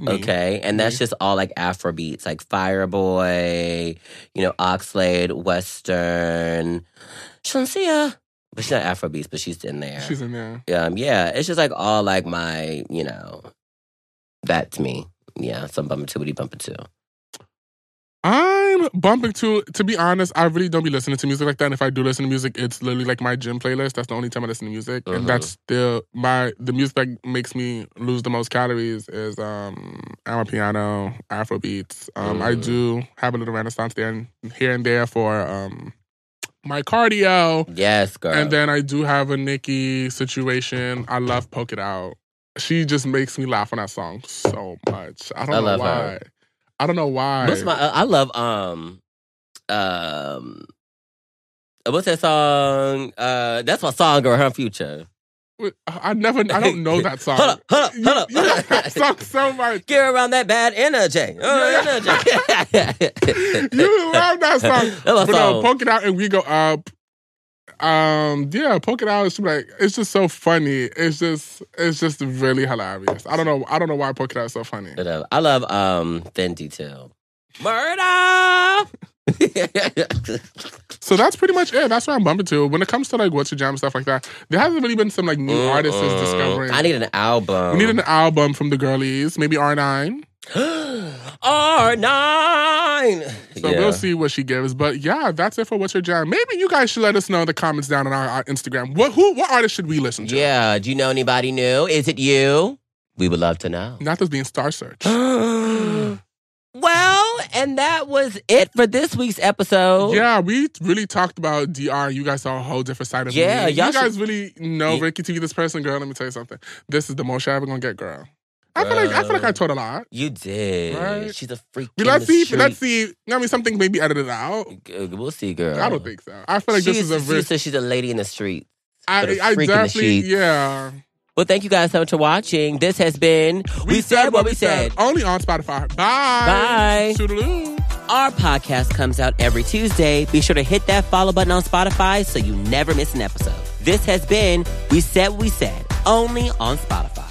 [SPEAKER 1] Me.
[SPEAKER 2] Okay. And that's
[SPEAKER 1] Mhm.
[SPEAKER 2] just all like Afro beats, like Fireboy, you know, Oxlade, Western, Shansia. But she's not Afro beats, but she's in there.
[SPEAKER 1] She's in there.
[SPEAKER 2] um, yeah. It's just like all like my, you know, that's me. Yeah. Some bumper two, what bumper two.
[SPEAKER 1] I'm bumping to. To be honest, I really don't be listening to music like that. And if I do listen to music, it's literally like my gym playlist. That's the only time I listen to music,
[SPEAKER 2] Mhm.
[SPEAKER 1] and that's the my the music that makes me lose the most calories is um I'm a piano, Afro beats. Um, I
[SPEAKER 2] Mm.
[SPEAKER 1] do have a little renaissance there and here and there for um my cardio.
[SPEAKER 2] Yes, girl.
[SPEAKER 1] And then I do have a Nicki situation. I love Poke It Out. She just makes me laugh on that song so much. I don't
[SPEAKER 2] I
[SPEAKER 1] know
[SPEAKER 2] love
[SPEAKER 1] why.
[SPEAKER 2] her.
[SPEAKER 1] I don't know why.
[SPEAKER 2] What's my? uh, I love um, um, what's that song? Uh, that's my song or her future.
[SPEAKER 1] I never. I don't know that song.
[SPEAKER 2] Hold up, hold up,
[SPEAKER 1] You-
[SPEAKER 2] hold up.
[SPEAKER 1] you know that song so much.
[SPEAKER 2] Get around that bad energy. energy.
[SPEAKER 1] You love that song.
[SPEAKER 2] That was
[SPEAKER 1] but no,
[SPEAKER 2] song.
[SPEAKER 1] Poke It Out and we go up. Um, yeah, Poke It Out is like it's just so funny. It's just it's just really hilarious. I don't know. I don't know why Poke It Out is so funny.
[SPEAKER 2] But, uh, I love um Fendi too. Murder.
[SPEAKER 1] So that's pretty much it. That's what I'm bumping to. When it comes to like what's your jam stuff like that, there hasn't really been some like new artists is
[SPEAKER 2] Mm-mm.
[SPEAKER 1] discovering.
[SPEAKER 2] I need an album.
[SPEAKER 1] we need an album from the girlies, maybe R9.
[SPEAKER 2] R nine.
[SPEAKER 1] So we'll see what she gives. But yeah, that's it for what's your jam. Maybe you guys should let us know in the comments down on our, our Instagram. What who what artist should we listen to?
[SPEAKER 2] Yeah. Do you know anybody new? Is it you? We would love to know.
[SPEAKER 1] Not this being Star Search.
[SPEAKER 2] well, and that was it for this week's episode.
[SPEAKER 1] Yeah, we really talked about DR. You guys saw a whole different side of
[SPEAKER 2] Yeah,
[SPEAKER 1] me.
[SPEAKER 2] y'all
[SPEAKER 1] you guys
[SPEAKER 2] should-
[SPEAKER 1] really know
[SPEAKER 2] Ye-
[SPEAKER 1] Ricky TV. This person, girl. Let me tell you something. This is the most I ever gonna get, girl. I feel like I feel like I
[SPEAKER 2] Girl.
[SPEAKER 1] told a lot.
[SPEAKER 2] You did.
[SPEAKER 1] Right?
[SPEAKER 2] She's a freak.
[SPEAKER 1] We let's see. Let's see. I mean, something maybe edited out.
[SPEAKER 2] We'll see, girl.
[SPEAKER 1] I don't think so. I feel like
[SPEAKER 2] she's,
[SPEAKER 1] this is a
[SPEAKER 2] she
[SPEAKER 1] very.
[SPEAKER 2] said she's a lady in the street. but
[SPEAKER 1] I,
[SPEAKER 2] a
[SPEAKER 1] I
[SPEAKER 2] freak in the
[SPEAKER 1] definitely,
[SPEAKER 2] sheets.
[SPEAKER 1] yeah.
[SPEAKER 2] Well, thank you guys so much for watching. This has been We, Said, What We Said.
[SPEAKER 1] Only on Spotify. Bye.
[SPEAKER 2] Bye.
[SPEAKER 1] Toodaloo.
[SPEAKER 2] Our podcast comes out every Tuesday. Be sure to hit that follow button on Spotify so you never miss an episode. This has been We Said What We Said, only on Spotify.